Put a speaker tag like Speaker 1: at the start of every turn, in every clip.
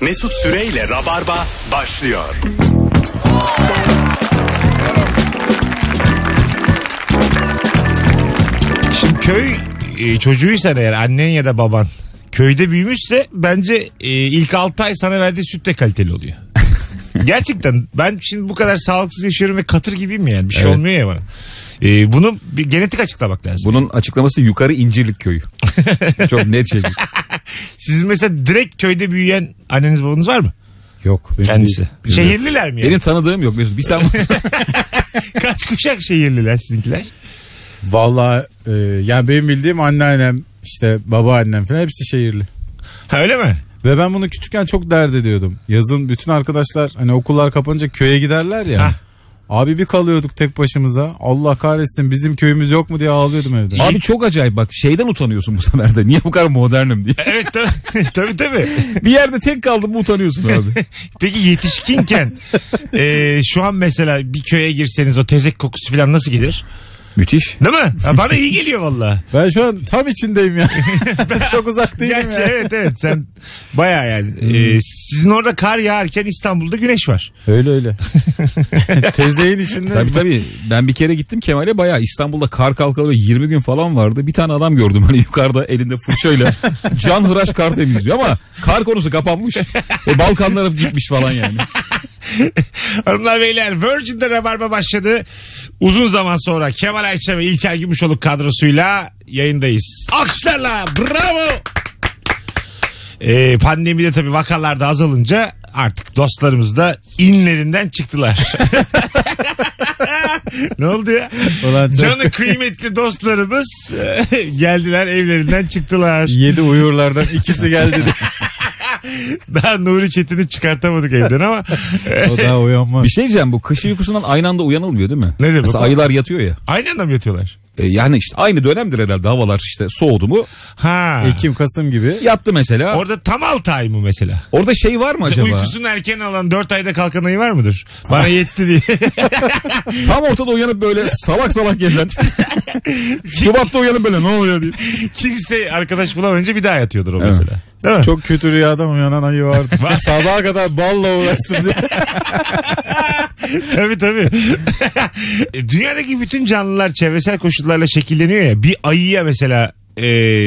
Speaker 1: Mesut Süreyle Rabarba başlıyor.
Speaker 2: Şimdi köy e, çocuğuysan eğer annen ya da baban köyde büyümüşse bence e, ilk 6 ay sana verdiği süt de kaliteli oluyor. Gerçekten ben şimdi bu kadar sağlıksız yaşıyorum ve katır gibiyim yani bir şey
Speaker 3: Evet.
Speaker 2: olmuyor ya bana. E, bunu bir genetik açıklamak lazım.
Speaker 3: Bunun açıklaması yukarı İncirlik köyü. Çok net şey. şekilde.
Speaker 2: Sizin mesela direkt köyde büyüyen anneniz babanız var mı?
Speaker 3: Yok. benim
Speaker 2: Kendisi.
Speaker 3: değil. Bilmiyorum.
Speaker 2: Şehirliler mi yani?
Speaker 3: Benim tanıdığım yok Mesut. Bir sen varsın.
Speaker 2: Kaç kuşak şehirliler sizinkiler?
Speaker 4: Valla e, yani benim bildiğim anneannem işte babaannem falan hepsi şehirli.
Speaker 2: Ha öyle mi?
Speaker 4: Ve ben bunu küçükken çok dert ediyordum. Yazın bütün arkadaşlar hani okullar kapanınca köye giderler ya.
Speaker 2: Hah.
Speaker 4: Abi bir kalıyorduk tek başımıza. Allah kahretsin bizim köyümüz yok mu diye ağlıyordum evde.
Speaker 3: Abi çok acayip bak şeyden utanıyorsun bu sefer de. Niye bu kadar modernim diye.
Speaker 2: Evet tabii tabii. tabii.
Speaker 3: Bir yerde tek kaldım mı utanıyorsun abi.
Speaker 2: Peki yetişkinken e, şu an mesela bir köye girseniz o tezek kokusu falan nasıl gelir?
Speaker 3: Müthiş.
Speaker 2: Değil mi? Ha, bana iyi geliyor valla.
Speaker 4: Ben şu an tam içindeyim ya. ben çok uzak değilim
Speaker 2: Gerçi
Speaker 4: ya.
Speaker 2: evet evet sen baya yani. e, sizin orada kar yağarken İstanbul'da güneş var.
Speaker 4: Öyle öyle. Tezdeğin içinde.
Speaker 3: Tabii tabii ben bir kere gittim Kemal'e bayağı İstanbul'da kar kalkalı ve 20 gün falan vardı. Bir tane adam gördüm hani yukarıda elinde fırçayla can hıraş kar temizliyor ama kar konusu kapanmış. E, Balkanlara gitmiş falan yani.
Speaker 2: Hanımlar beyler Virgin'de Rabarba başladı. Uzun zaman sonra Kemal Ayça ve İlker Gümüşoluk kadrosuyla yayındayız. Alkışlarla bravo. Ee, pandemide tabii vakalar da azalınca artık dostlarımız da inlerinden çıktılar. ne oldu ya?
Speaker 4: Ulan çok-
Speaker 2: Canı kıymetli dostlarımız e, geldiler evlerinden çıktılar.
Speaker 4: Yedi uyurlardan ikisi geldi.
Speaker 2: Daha Nuri Çetin'i çıkartamadık evden ama e,
Speaker 4: o daha uyanmaz.
Speaker 3: Bir şey diyeceğim bu kış uykusundan aynı anda uyanılmıyor değil mi?
Speaker 2: Nedir bu?
Speaker 3: Mesela ayılar yatıyor ya.
Speaker 2: aynı anda mı yatıyorlar?
Speaker 3: E, yani işte aynı dönemdir herhalde havalar işte soğudu mu.
Speaker 2: Ha.
Speaker 4: şey, Ekim Kasım gibi.
Speaker 3: Yattı mesela.
Speaker 2: Orada tam 6 ay mı mesela?
Speaker 3: Orada şey var mı acaba?
Speaker 2: Uykusunu erken alan 4 ayda kalkan ayı var mıdır? Bana yetti diye.
Speaker 3: Tam ortada uyanıp böyle salak salak gezen. Şubat'ta uyanıp böyle ne oluyor diye.
Speaker 2: Kimse arkadaş bulamayınca bir daha yatıyordur o mesela. Değil mi?
Speaker 4: Çok kötü rüyadan uyanan ayı vardı. Sabaha kadar balla uğraştım diye.
Speaker 2: tabii tabii. E, Dünyadaki bütün canlılar çevresel koşullarla şekilleniyor ya. Bir ayıya mesela e,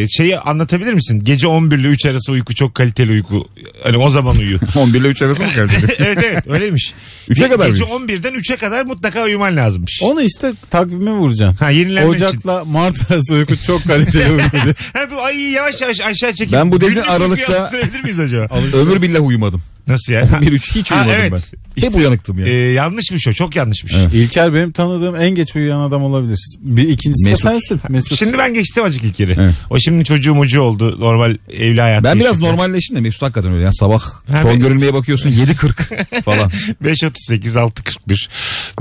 Speaker 2: şeyi anlatabilir misin? Gece 11 ile 3 arası uyku çok kaliteli uyku. Hani o zaman uyu.
Speaker 3: 11 ile 3 arası mı geldi?
Speaker 2: evet evet öyleymiş.
Speaker 3: Üçe kadar
Speaker 2: Gece
Speaker 3: mıymış?
Speaker 2: 11'den 3'e kadar mutlaka uyuman lazımmış.
Speaker 4: Onu işte takvime vuracaksın.
Speaker 2: Ha yenilenmek için.
Speaker 4: Ocak'la Mart arası uyku çok kaliteli uyku. diye.
Speaker 2: Ha, bu ayıyı yavaş yavaş aşağı çekip.
Speaker 3: Ben bu dediğin
Speaker 2: günlük uykuya
Speaker 3: Aralık'ta-
Speaker 2: alıştırabilir miyiz acaba?
Speaker 3: Ömür billah uyumadım.
Speaker 2: Nasıl yani?
Speaker 3: Bir üç hiç
Speaker 2: Ha,
Speaker 3: uyumadım
Speaker 2: evet.
Speaker 3: ben. E
Speaker 2: İşte,
Speaker 3: Hep uyanıktım yani.
Speaker 2: Ee, yanlışmış o çok yanlışmış.
Speaker 4: İlker benim tanıdığım en geç uyuyan adam olabilir. Bir ikincisi
Speaker 3: Mesut.
Speaker 4: de sensin. Mesut.
Speaker 2: Şimdi ben geçtim azıcık ilk yeri.
Speaker 3: Evet.
Speaker 2: O şimdi çocuğu mucu oldu normal evli hayatı.
Speaker 3: ben biraz normalleştim de Mesut hakikaten öyle. Yani sabah
Speaker 2: Ha,
Speaker 3: son
Speaker 2: ben-
Speaker 3: görülmeye bakıyorsun 7.40 falan.
Speaker 2: 5.38 6.41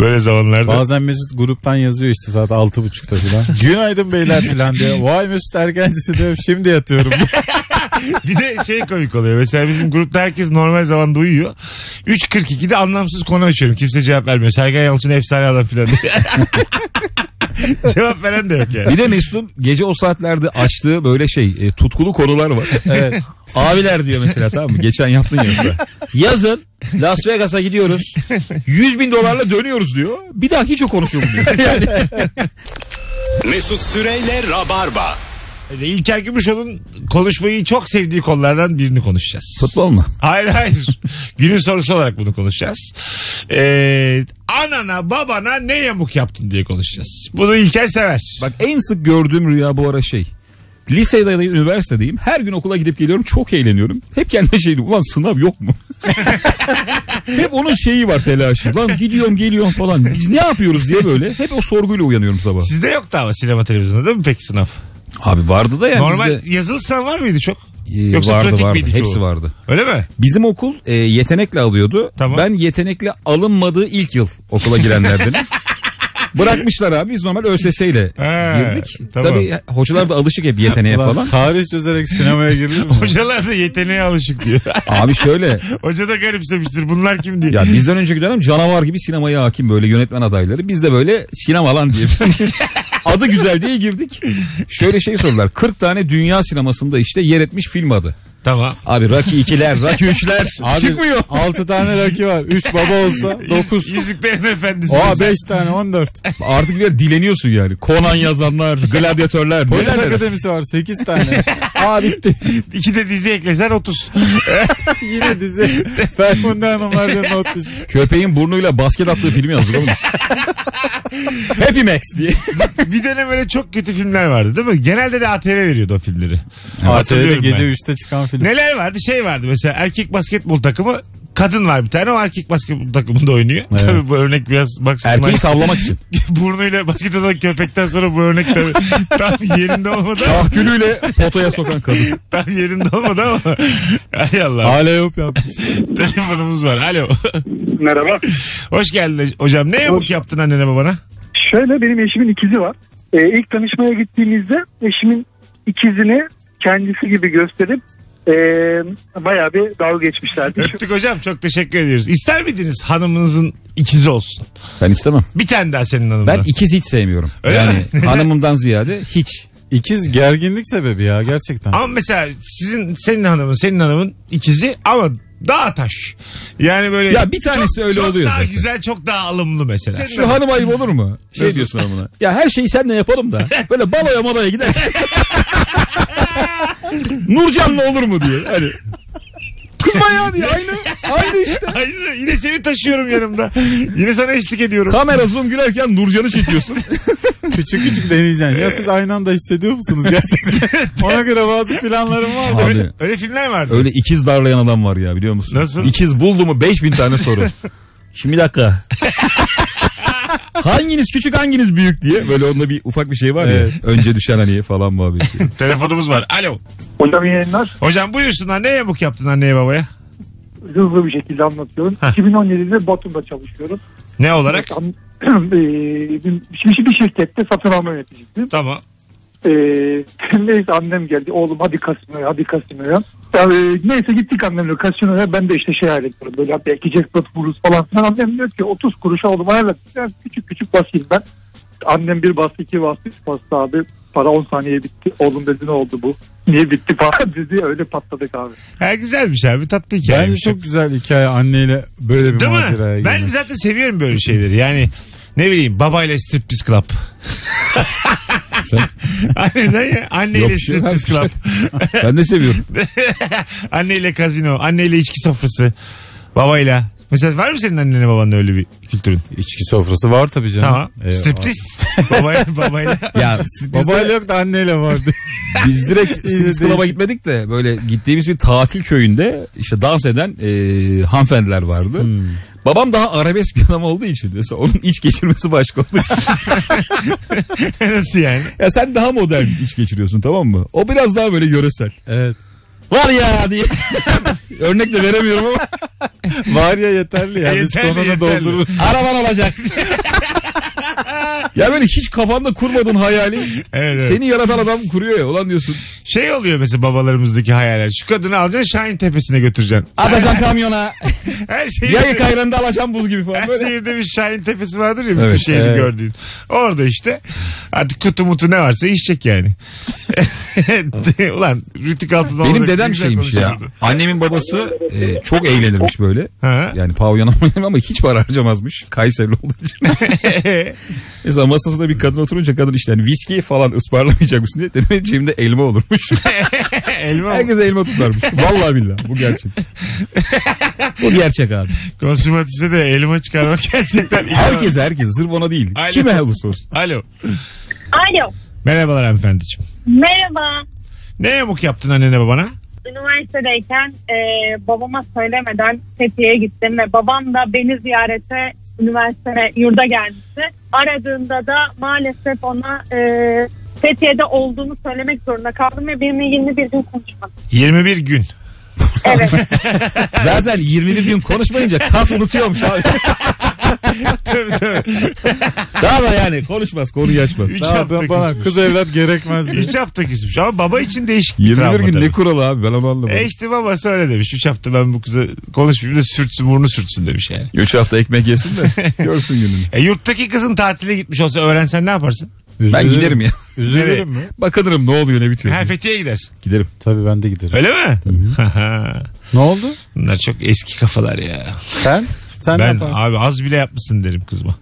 Speaker 2: böyle zamanlarda.
Speaker 4: Bazen Mesut gruptan yazıyor işte saat altı buçukta falan. Günaydın beyler falan diye. Vay Mesut erkencisi diyorum şimdi yatıyorum.
Speaker 2: Bir de şey komik oluyor. Mesela bizim grupta herkes normal zamanda uyuyor. 3.42'de anlamsız konu açıyorum. Kimse cevap vermiyor. Sergen Yalçın efsane adam filan diye. cevap veren de yok yani.
Speaker 3: Bir de Mesut'un gece o saatlerde açtığı böyle şey e, tutkulu konular var. Abiler diyor mesela tamam mı? Geçen yaptın ya mesela. Yazın Las Vegas'a gidiyoruz. 100 bin dolarla dönüyoruz diyor. Bir daha hiç o konuşuyor diyor. Yani
Speaker 1: Mesut Süreyle Rabarba.
Speaker 2: İlker Gümüşoğlu'nun konuşmayı çok sevdiği konulardan birini konuşacağız.
Speaker 3: futbol mu?
Speaker 2: Hayır hayır. Günün sorusu olarak bunu konuşacağız. Ee, anana babana ne yamuk yaptın diye konuşacağız. Bunu İlker sever.
Speaker 3: Bak en sık gördüğüm rüya bu ara şey. Lisede ya da üniversitedeyim. Her gün okula gidip geliyorum. Çok eğleniyorum. Hep kendime şey diyorum. Ulan sınav yok mu? Hep onun şeyi var telaşı. Lan gidiyorum geliyorum falan. Biz ne yapıyoruz diye böyle. Hep o sorguyla uyanıyorum sabah.
Speaker 2: Sizde yoktu ama sinema televizyonda değil mi peki sınav?
Speaker 3: Abi vardı da yani
Speaker 2: Normal
Speaker 3: bizde-
Speaker 2: yazılı sınav var mıydı çok?
Speaker 3: Ee,
Speaker 2: Yoksa
Speaker 3: vardı
Speaker 2: pratik
Speaker 3: vardı.
Speaker 2: miydi
Speaker 3: Hepsi
Speaker 2: çoğu?
Speaker 3: vardı.
Speaker 2: Öyle mi?
Speaker 3: Bizim okul e, yetenekle alıyordu.
Speaker 2: Tamam.
Speaker 3: Ben yetenekle alınmadığı ilk yıl okula girenlerdenim. Bırakmışlar abi biz normal ÖSS ile
Speaker 2: Ha,
Speaker 3: girdik.
Speaker 2: tamam.
Speaker 3: Tabii hocalar da alışık hep yeteneğe
Speaker 4: Ulan
Speaker 3: E falan.
Speaker 4: Tarih çözerek sinemaya girilir mi?
Speaker 2: Hocalar da yeteneğe alışık diyor.
Speaker 3: Abi şöyle
Speaker 2: Hoca da garipsemiştir bunlar kim diye.
Speaker 3: ya bizden önceki dönem canavar gibi sinemaya hakim böyle yönetmen adayları. Biz de böyle sinema lan diye. adı güzel diye girdik. Şöyle şey sorular. 40 tane dünya sinemasında işte yer etmiş film adı.
Speaker 2: Tamam.
Speaker 3: Abi Rocky 2'ler, Rocky 3'ler çıkmıyor.
Speaker 4: 6 tane rakı var. 3 baba olsa
Speaker 2: Yüz-
Speaker 4: 9.
Speaker 2: Yüzüklerin Efendisi.
Speaker 4: Oha 5 tane 14.
Speaker 3: Artık bir dileniyorsun yani. Conan yazanlar, gladyatörler.
Speaker 4: Polis
Speaker 3: neler neler.
Speaker 4: akademisi var 8 tane. Aa bitti.
Speaker 2: İki de dizi eklesen 30.
Speaker 4: Yine dizi. Ferhunde Hanımlar diye not düşmüş.
Speaker 3: Köpeğin burnuyla basket attığı filmi yazdık oğlum. Happy Max diye.
Speaker 2: bir dönem öyle çok kötü filmler vardı değil mi? Genelde de ATV veriyordu o filmleri.
Speaker 4: ATV'de
Speaker 2: Hatırlıyorum
Speaker 4: gece
Speaker 2: ben.
Speaker 4: 3'te çıkan film.
Speaker 2: Neler vardı? Şey vardı mesela erkek basketbol takımı kadın var bir tane o erkek basketbol takımında oynuyor. Tabii bu örnek biraz maksimum
Speaker 3: Erkeği tavlamak için.
Speaker 2: burnuyla basket atan köpekten sonra bu örnek tabii tam yerinde olmadı.
Speaker 3: Tahkülüyle potaya sokan kadın.
Speaker 2: tam yerinde olmadı ama. Hay Allah.
Speaker 4: Hala yok yapmış.
Speaker 2: Telefonumuz var. Alo.
Speaker 5: Merhaba.
Speaker 2: Hoş geldin hocam. Ne yamuk yaptın annene babana?
Speaker 5: Şöyle benim eşimin ikizi var. Ee, ilk tanışmaya gittiğimizde eşimin ikizini kendisi gibi gösterip ee, bayağı bir dalga geçmişlerdi. Şu-
Speaker 2: Öptük hocam. Çok teşekkür ediyoruz. İster miydiniz hanımınızın ikizi olsun?
Speaker 3: Ben istemem.
Speaker 2: Bir tane daha senin hanımına.
Speaker 3: Ben ikiz hiç sevmiyorum.
Speaker 2: Öyle
Speaker 3: yani
Speaker 2: mi?
Speaker 3: hanımımdan ziyade hiç.
Speaker 4: İkiz gerginlik sebebi ya gerçekten.
Speaker 2: Ama mesela sizin senin hanımın senin hanımın ikizi ama daha taş. Yani böyle
Speaker 3: Ya bir tanesi öyle
Speaker 2: çok
Speaker 3: oluyor
Speaker 2: daha
Speaker 3: zaten.
Speaker 2: güzel çok daha alımlı mesela. Senin
Speaker 3: Şu
Speaker 2: hanım-
Speaker 3: hanım ayıp olur mu? Şey diyorsun hanımına. Ya her şeyi senle yapalım da. Böyle baloya malaya gider. Nurcan'la olur mu diyor. Hani. Kızma ya diyor. Aynı, aynı işte.
Speaker 2: Ay, yine seni taşıyorum yanımda. Yine sana eşlik ediyorum.
Speaker 3: Kamera zoom gülerken Nurcan'ı çekiyorsun.
Speaker 4: Küçük küçük deneyeceksin. Ya siz aynı anda hissediyor musunuz gerçekten? Ona göre bazı planlarım var.
Speaker 3: Abi.
Speaker 2: öyle, öyle filmler vardı.
Speaker 3: Öyle ikiz darlayan adam var ya biliyor musun?
Speaker 2: Nasıl?
Speaker 3: İkiz buldu mu 5000 tane soru. Şimdi bir dakika. hanginiz küçük hanginiz büyük diye böyle onda bir ufak bir şey var ya. Önce düşen hani falan muhabbeti.
Speaker 2: Telefonumuz var. Alo.
Speaker 5: Hocam iyi yayınlar.
Speaker 2: Hocam buyursunlar. Ne yamuk yaptın anneye babaya?
Speaker 5: Hızlı bir şekilde anlatıyorum.
Speaker 2: Heh.
Speaker 5: 2017'de Batum'da çalışıyorum.
Speaker 2: Ne olarak?
Speaker 5: Tam- Ee, bir, bir şirkette satın alma yöneticisiyim.
Speaker 2: Tamam.
Speaker 5: Ee, neyse annem geldi. Oğlum hadi kasinoya hadi kasinoya. Ee, neyse gittik annemle kasinoya. Ben de işte şey hayal ediyorum. Böyle belki jackpot vururuz falan filan. Annem diyor ki 30 kuruşa oğlum ayarla. Ben küçük küçük basayım ben. Annem bir bastı iki bastı üç bastı abi. Para 10 saniye bitti. Oğlum dedi ne oldu bu? Niye bitti falan dedi. Öyle patladık abi.
Speaker 2: Ha, güzelmiş abi. Tatlı hikaye.
Speaker 4: Bence çok güzel hikaye anneyle böyle bir
Speaker 2: Değil
Speaker 4: maceraya
Speaker 2: mi? Ben
Speaker 4: girmek.
Speaker 2: zaten seviyorum böyle şeyleri. Yani ne bileyim babayla striptease club.
Speaker 3: Sen-
Speaker 2: Anne ya?
Speaker 3: Yok
Speaker 2: Anneyle
Speaker 3: bir şey,
Speaker 2: striptease
Speaker 3: her
Speaker 2: club.
Speaker 3: Ben de seviyorum.
Speaker 2: anneyle kazino, anneyle içki sofrası, babayla. Mesela var mı senin annene babanın öyle bir kültürün?
Speaker 4: İçki sofrası var tabii canım.
Speaker 2: Tamam.
Speaker 3: e,
Speaker 4: Eyvah.
Speaker 2: Striptease. babayla, babayla.
Speaker 3: Ya
Speaker 4: Babayla yok da anneyle vardı.
Speaker 3: Biz direkt Striptease
Speaker 4: değişik.
Speaker 3: Club'a gitmedik de böyle gittiğimiz bir tatil köyünde işte dans eden e, hanımefendiler vardı.
Speaker 4: Hmm.
Speaker 3: Babam daha arabesk bir adam olduğu için mesela onun iç geçirmesi başka oldu.
Speaker 2: Nasıl yani?
Speaker 3: ya sen daha modern iç geçiriyorsun tamam mı? O biraz daha böyle yöresel.
Speaker 4: evet.
Speaker 3: Var ya diye. Örnek de veremiyorum ama.
Speaker 4: Var ya yeterli ya. Biz
Speaker 2: Yeterli,
Speaker 4: sonunu
Speaker 2: yeterli.
Speaker 4: doldururuz.
Speaker 3: Araban olacak. ya böyle hiç kafanda kurmadığın hayali
Speaker 2: Evet, evet.
Speaker 3: seni yaratan adam kuruyor ya. Ulan diyorsun.
Speaker 2: Şey oluyor mesela babalarımızdaki hayaller. Şu kadını alacaksın Şahin Tepesi'ne götüreceksin.
Speaker 3: Atacağım kamyona.
Speaker 2: Her şeyi...
Speaker 3: Yayık ayranında alacağım buz gibi falan.
Speaker 2: Her
Speaker 3: Böyle.
Speaker 2: şehirde bir Şahin Tepesi vardır ya bütün
Speaker 3: Evet,
Speaker 2: şehri
Speaker 4: evet.
Speaker 2: gördüğün. Orada işte artık kutu mutu ne varsa içecek yani. Ulan rütük altında
Speaker 3: Benim
Speaker 2: olacak,
Speaker 3: dedem
Speaker 2: güzel
Speaker 3: şeymiş ya.
Speaker 2: konuşurdu.
Speaker 3: Annemin babası e, çok eğlenirmiş böyle.
Speaker 2: Ha.
Speaker 3: Yani pavyona mavyona ama hiç para harcamazmış. Kayserili olduğu için. Mesela masasında bir kadın oturunca kadın işte hani viski falan ısmarlamayacak mısın diye. Dedim benim cebimde elma olurmuş.
Speaker 2: Elma mı?
Speaker 3: Herkes elma tutarmış. Vallahi billahi bu gerçek. bu gerçek abi.
Speaker 2: Konsumatiste de elma çıkarmak gerçekten. iyi.
Speaker 3: Herkes herkes sırf ona değil.
Speaker 2: Aynen.
Speaker 3: Kime olursa olsun.
Speaker 2: Alo.
Speaker 6: Alo.
Speaker 2: Merhabalar hanımefendiciğim.
Speaker 6: Merhaba.
Speaker 2: Ne yamuk yaptın annene babana?
Speaker 6: Üniversitedeyken e, babama söylemeden Fethiye'ye gittim ve babam da beni ziyarete üniversiteye yurda gelmişti. Aradığında da maalesef ona e, Fethiye'de olduğunu söylemek zorunda kaldım ve benimle 21 gün konuşmadı.
Speaker 2: 21 gün.
Speaker 6: Evet.
Speaker 3: Zaten 21 gün konuşmayınca kas unutuyormuş abi.
Speaker 2: Tabii tabii.
Speaker 3: Daha da yani konuşmaz konuyu açmaz.
Speaker 2: 3
Speaker 4: Daha
Speaker 2: hafta
Speaker 4: da bana
Speaker 2: küsmüş.
Speaker 4: kız evlat gerekmez diye.
Speaker 2: 3 hafta küsmüş. Ama baba için değişik bir
Speaker 3: 21
Speaker 2: travma
Speaker 3: gün
Speaker 2: tabii.
Speaker 3: ne kuralı abi ben onu anlamadım.
Speaker 2: E işte babası öyle demiş. 3 hafta ben bu kıza konuşmayayım da sürtsün burnu sürtsün demiş yani.
Speaker 3: 3 hafta ekmek yesin de görsün gününü.
Speaker 2: E, yurttaki kızın tatile gitmiş olsa öğrensen ne yaparsın?
Speaker 4: Üzülürüm.
Speaker 3: Ben giderim ya.
Speaker 4: Üzülürüm mü?
Speaker 3: Bakanırım ne oluyor ne bitiyor.
Speaker 2: Ha Fethiye'ye gidersin.
Speaker 3: Giderim.
Speaker 4: Tabii ben de giderim.
Speaker 2: Öyle mi?
Speaker 4: Ne oldu?
Speaker 2: Bunlar çok eski kafalar ya.
Speaker 4: Sen? Sen ne
Speaker 2: ben
Speaker 4: yaparsın?
Speaker 2: abi az bile yapmışsın derim kızma.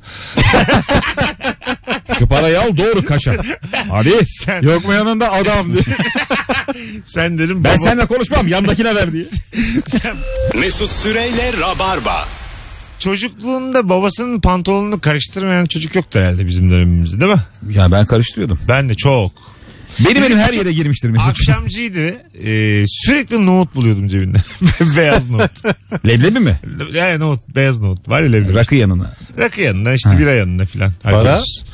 Speaker 3: Şu parayı al doğru kaşa. Hadi.
Speaker 2: Sen,
Speaker 4: Yok mu yanında adam diye.
Speaker 2: sen derim
Speaker 3: Ben
Speaker 2: baba-
Speaker 3: seninle konuşmam yandakine ver diye.
Speaker 1: Mesut Süreyle Rabarba.
Speaker 2: Çocukluğunda babasının pantolonunu karıştırmayan çocuk yoktu herhalde bizim dönemimizde değil mi?
Speaker 3: Ya ben karıştırıyordum.
Speaker 2: Ben de çok.
Speaker 3: Benim elim her yere girmiştir Mesut.
Speaker 2: Akşamcıydı. e, sürekli nohut buluyordum cebinde. beyaz nohut.
Speaker 3: Leblebi mi?
Speaker 2: Yani nohut, beyaz nohut. Var ya leblebi.
Speaker 3: Rakı yanına.
Speaker 2: Rakı yanına işte bira yanına filan. Alkolsüz.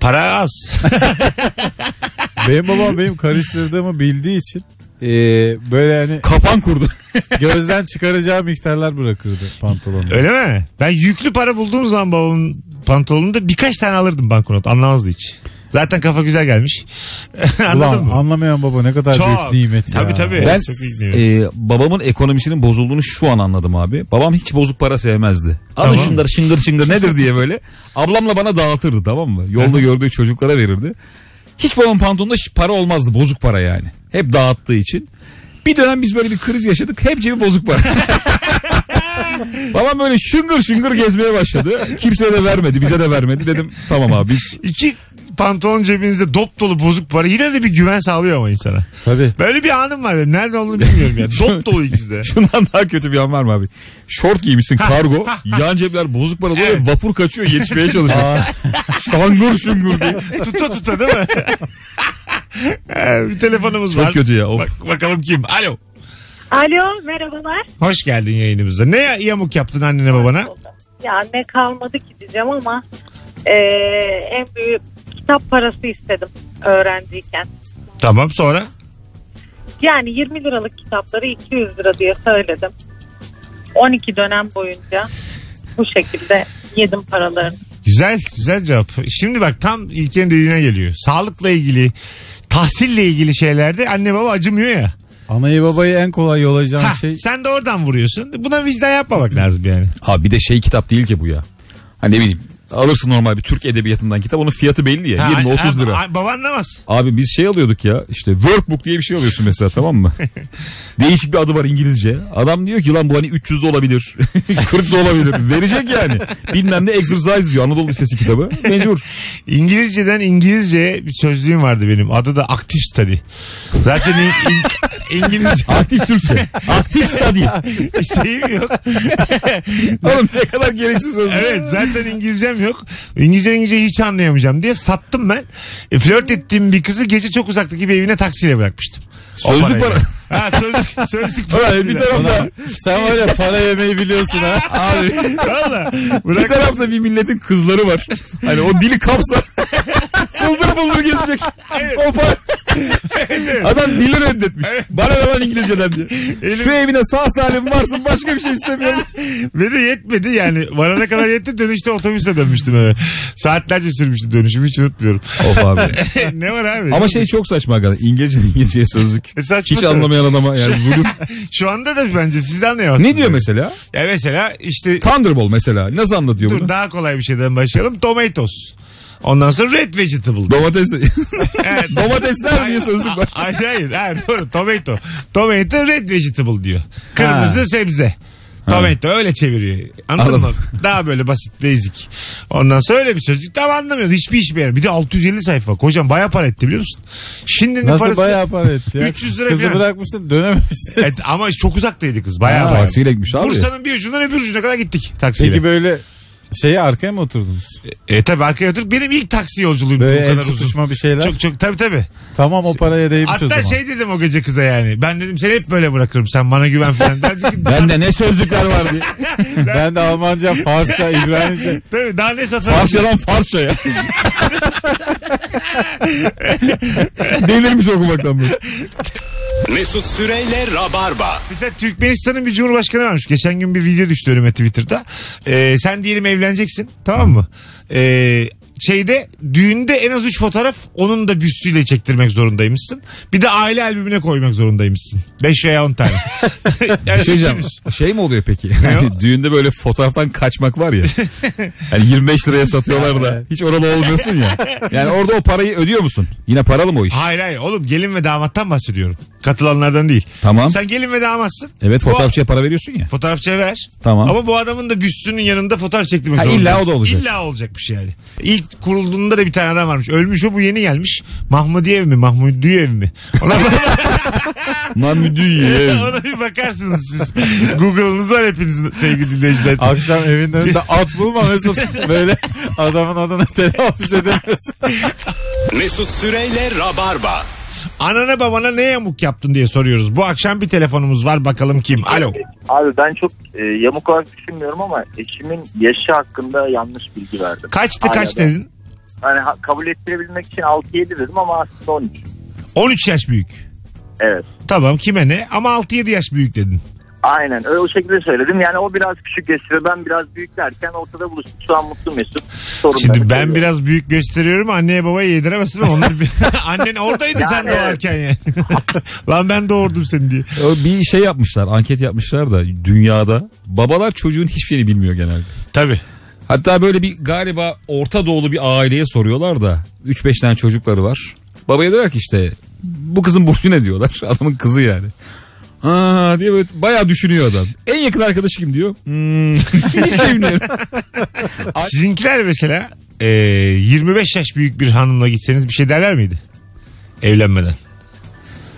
Speaker 2: Para az.
Speaker 4: benim babam benim karıştırdığımı bildiği için e, böyle hani
Speaker 3: Kapan kurdu.
Speaker 4: gözden çıkaracağı miktarlar bırakırdı pantolonu.
Speaker 2: Öyle mi? Ben yüklü para bulduğum zaman babamın pantolonunda birkaç tane alırdım banknot. Anlamazdı hiç. Zaten kafa güzel gelmiş. Anladın
Speaker 4: Ulan
Speaker 2: mı?
Speaker 4: anlamayan baba ne kadar
Speaker 2: Çok.
Speaker 4: büyük nimet ya.
Speaker 2: Tabii tabii.
Speaker 3: Ben
Speaker 2: Çok iyi dinliyorum.
Speaker 3: e, babamın ekonomisinin bozulduğunu şu an anladım abi. Babam hiç bozuk para sevmezdi. Alın
Speaker 2: Tamam.
Speaker 3: şunları şıngır şıngır nedir diye böyle. Ablamla bana dağıtırdı tamam mı? Yolda gördüğü çocuklara verirdi. Hiç babamın pantolonunda şi- para olmazdı bozuk para yani. Hep dağıttığı için. Bir dönem biz böyle bir kriz yaşadık. Hep cebi bozuk para. Babam böyle şıngır şıngır gezmeye başladı. Kimseye de vermedi, bize de vermedi. Dedim tamam abi biz
Speaker 2: İki pantolon cebinizde dop dolu bozuk para yine de bir güven sağlıyor ama insana.
Speaker 4: Tabii.
Speaker 2: Böyle bir anım var benim. Nerede olduğunu bilmiyorum ya. Dop dolu ikisi de.
Speaker 3: Şundan daha kötü bir an var mı abi? Şort giymişsin kargo. yan cepler bozuk para dolu ve
Speaker 2: Evet.
Speaker 3: vapur kaçıyor yetişmeye çalışıyorsun. Şangır şungur diye.
Speaker 2: E, tuta tuta değil mi? Ee, bir telefonumuz
Speaker 3: Çok
Speaker 2: var.
Speaker 3: kötü ya. Of.
Speaker 2: Bak, bakalım kim? Alo.
Speaker 6: Alo merhabalar.
Speaker 2: Hoş geldin yayınımıza. Ne yamuk yaptın annene babana?
Speaker 6: Ya ne kalmadı ki diyeceğim ama e, en büyük kitap parası istedim öğrenciyken.
Speaker 2: Tamam sonra?
Speaker 6: Yani 20 liralık kitapları 200 lira diye söyledim. 12 dönem boyunca bu şekilde yedim paralarını.
Speaker 2: Güzel, güzel cevap. Şimdi bak tam İlker'in dediğine geliyor. Sağlıkla ilgili, tahsille ilgili şeylerde anne baba acımıyor ya.
Speaker 4: Anayı babayı en kolay yolacağın
Speaker 2: Hah,
Speaker 4: şey
Speaker 2: Sen de oradan vuruyorsun. Buna vicdan yapmamak lazım yani.
Speaker 3: Abi bir de şey kitap değil ki bu ya. Hani ne bileyim alırsın normal bir Türk edebiyatından kitap onun fiyatı belli ya 20-30 lira.
Speaker 2: Ha, Baba anlamaz.
Speaker 3: Abi biz şey alıyorduk ya işte workbook diye bir şey alıyorsun mesela tamam mı? Değişik bir adı var İngilizce. Adam diyor ki lan bu hani 300 de olabilir. 40 da olabilir. Verecek yani. Bilmem ne exercise diyor Anadolu Lisesi kitabı. Mecbur.
Speaker 2: İngilizceden İngilizceye bir sözlüğüm vardı benim. Adı da Aktif Study. Zaten in- in- İngilizce
Speaker 3: Aktif Türkçe. Aktif study.
Speaker 2: şeyim yok.
Speaker 3: Oğlum ne kadar gereksiz söz.
Speaker 2: Evet zaten İngilizcem yok. İngilizce İngilizce hiç anlayamayacağım diye sattım ben. E, flört ettiğim bir kızı gece çok uzaktaki bir evine taksiyle bırakmıştım. O
Speaker 3: Sözlü
Speaker 2: parayla.
Speaker 3: para.
Speaker 2: Ha sözlük, sözlük
Speaker 3: Ulan
Speaker 2: parasıyla.
Speaker 3: bir tarafta
Speaker 4: sen var ya para yemeyi biliyorsun ha.
Speaker 3: abi
Speaker 2: Valla.
Speaker 3: bir
Speaker 2: Bırak.
Speaker 3: tarafta bir milletin kızları var. Hani o dili kapsa fıldır fıldır gezecek. O para. Adam dili reddetmiş. Bana ne lan İngilizceden diye. Şu evine sağ salim varsın başka bir şey istemiyorum.
Speaker 2: Ve de yetmedi yani. Varana kadar yetti dönüşte otobüse dönmüştüm eve. Saatlerce sürmüştü dönüşüm hiç unutmuyorum.
Speaker 3: Of abi.
Speaker 2: ne var abi?
Speaker 3: Ama şey çok saçma hakikaten. İngilizce İngilizceye sözlük.
Speaker 2: E saçma
Speaker 3: Hiç
Speaker 2: tabii.
Speaker 3: anlamayan adama yani zulüm.
Speaker 2: Şu anda da bence siz de anlayamazsınız.
Speaker 3: ne diyor mesela?
Speaker 2: Ya mesela işte
Speaker 3: Thunderball mesela. Nasıl anlatıyor
Speaker 2: dur
Speaker 3: bunu?
Speaker 2: daha kolay bir şeyden başlayalım. Tomatoes. Ondan sonra red vegetable.
Speaker 3: Domates
Speaker 2: Evet.
Speaker 3: Domatesler diye sözlük var.
Speaker 2: Hayır hayır. Ha, doğru. Tomato. Tomato red vegetable diyor. Kırmızı sebze. Tomato öyle çeviriyor. Anladın
Speaker 3: Anladım.
Speaker 2: mı? Daha böyle basit basic. Ondan sonra öyle bir sözcük tam anlamıyorsun. Hiçbir iş beğenmiyor. Bir de 650 sayfa. Kocam bayağı para etti biliyor musun? Şimdinin
Speaker 4: Nasıl
Speaker 2: parası...
Speaker 4: bayağı para etti ya.
Speaker 2: 300 lira
Speaker 4: Kızı
Speaker 2: falan.
Speaker 4: bırakmışsın dönememişsin.
Speaker 2: Evet, ama çok uzaktaydı kız. Bayağı
Speaker 4: Ha,
Speaker 2: bayağı.
Speaker 3: Taksiyle gitmiş abi.
Speaker 2: Bursa'nın bir ucundan öbür ucuna kadar gittik taksiyle.
Speaker 4: Peki böyle şeye arkaya mı oturdunuz?
Speaker 2: E tabi arkaya oturup benim ilk taksi yolculuğum
Speaker 4: Böyle
Speaker 2: bu
Speaker 4: el
Speaker 2: kadar uzun.
Speaker 4: tutuşma bir şeyler.
Speaker 2: Çok çok tabi tabi.
Speaker 4: Tamam o paraya değmiş o
Speaker 2: Hatta
Speaker 4: zaman.
Speaker 2: şey dedim o gece kıza yani. Ben dedim seni hep böyle bırakırım sen bana güven falan. Ben çünkü daha,
Speaker 3: Bende ne sözlükler var diye.
Speaker 4: Ben de Almanca, Farsça, İbranice.
Speaker 2: tabii, daha ne satarım.
Speaker 3: Farsçadan Farsça ya. Delirmiş okumaktan böyle.
Speaker 1: Mesut Süreyle Rabarba.
Speaker 2: Mesela Türkmenistan'ın bir cumhurbaşkanı varmış. Geçen gün bir video düştü önüme Twitter'da. Ee, sen diyelim evleneceksin tamam mı? Ee, şeyde düğünde en az 3 fotoğraf onun da büstüyle çektirmek zorundaymışsın. Bir de aile albümüne koymak zorundaymışsın. 5 veya 10 tane. yani
Speaker 3: Bir şey diyeceğim.
Speaker 2: üçümüz.
Speaker 3: Şey mi oluyor peki? Yani düğünde böyle fotoğraftan kaçmak var ya. Yani 25 liraya satıyorlar da hiç oralı olmuyorsun ya. Yani orada o parayı ödüyor musun? Yine paralı mı o iş?
Speaker 2: Hayır hayır oğlum gelin ve damattan bahsediyorum. Katılanlardan değil.
Speaker 3: Tamam.
Speaker 2: Sen gelin ve damatsın.
Speaker 3: Evet
Speaker 2: Bu-
Speaker 3: fotoğrafçıya para veriyorsun ya.
Speaker 2: Fotoğrafçıya ver.
Speaker 3: Tamam.
Speaker 2: Ama bu adamın da büstünün yanında fotoğraf çektirmek
Speaker 3: Ha, illa
Speaker 2: zorundaymış.
Speaker 3: o da olacak.
Speaker 2: İlla olacakmış yani. İlk kurulduğunda da bir tane adam varmış. Ölmüş o bu yeni gelmiş. Mahmudiyev mi? Mahmudiyev mi? Ona,
Speaker 3: Mamüdüyev.
Speaker 2: ona bir bakarsınız siz. Google'ınız var hepinizin sevgili dinleyiciler.
Speaker 4: Akşam evin önünde at bulma Mesut. Böyle adamın adına telaffuz edemiyorsun.
Speaker 1: Mesut Süreyle Rabarba.
Speaker 2: Anana babana ne yamuk yaptın diye soruyoruz. Bu akşam bir telefonumuz var bakalım kim? Alo.
Speaker 7: Abi ben çok e, yamuk olarak düşünmüyorum ama eşimin yaşı hakkında yanlış bilgi verdim.
Speaker 2: Kaçtı kaç
Speaker 7: Aynen.
Speaker 2: dedin?
Speaker 7: Hani ha- kabul ettirebilmek için 6-7 dedim ama aslında 13.
Speaker 2: 13 yaş büyük.
Speaker 7: Evet.
Speaker 2: Tamam kime ne? Ama 6-7 yaş büyük dedin.
Speaker 7: Aynen öyle o şekilde söyledim. Yani o biraz küçük gösteriyor ben biraz büyük derken ortada buluştuk. Şu an mutlu mesut. Sorun
Speaker 2: Şimdi ben biraz büyük gösteriyorum anneye babaya yediremezsin ama onlar bir... annen oradaydı sen
Speaker 7: Yani evet.
Speaker 2: doğarken yani. Lan ben doğurdum seni diye.
Speaker 3: O Bir şey yapmışlar anket yapmışlar da dünyada babalar çocuğun hiçbir şeyini bilmiyor genelde.
Speaker 2: Tabii.
Speaker 3: Hatta böyle bir galiba Orta Doğulu bir aileye soruyorlar da 3-5 tane çocukları var. Babaya diyorlar ki işte bu kızın burcu ne diyorlar. Adamın kızı yani. Aa diye böyle bayağı düşünüyor adam. En yakın arkadaşı kim diyor. Hmm. Hiç şey bilmiyorum.
Speaker 2: Sizinkiler mesela e, 25 yaş büyük bir hanımla gitseniz bir şey derler miydi? Evlenmeden.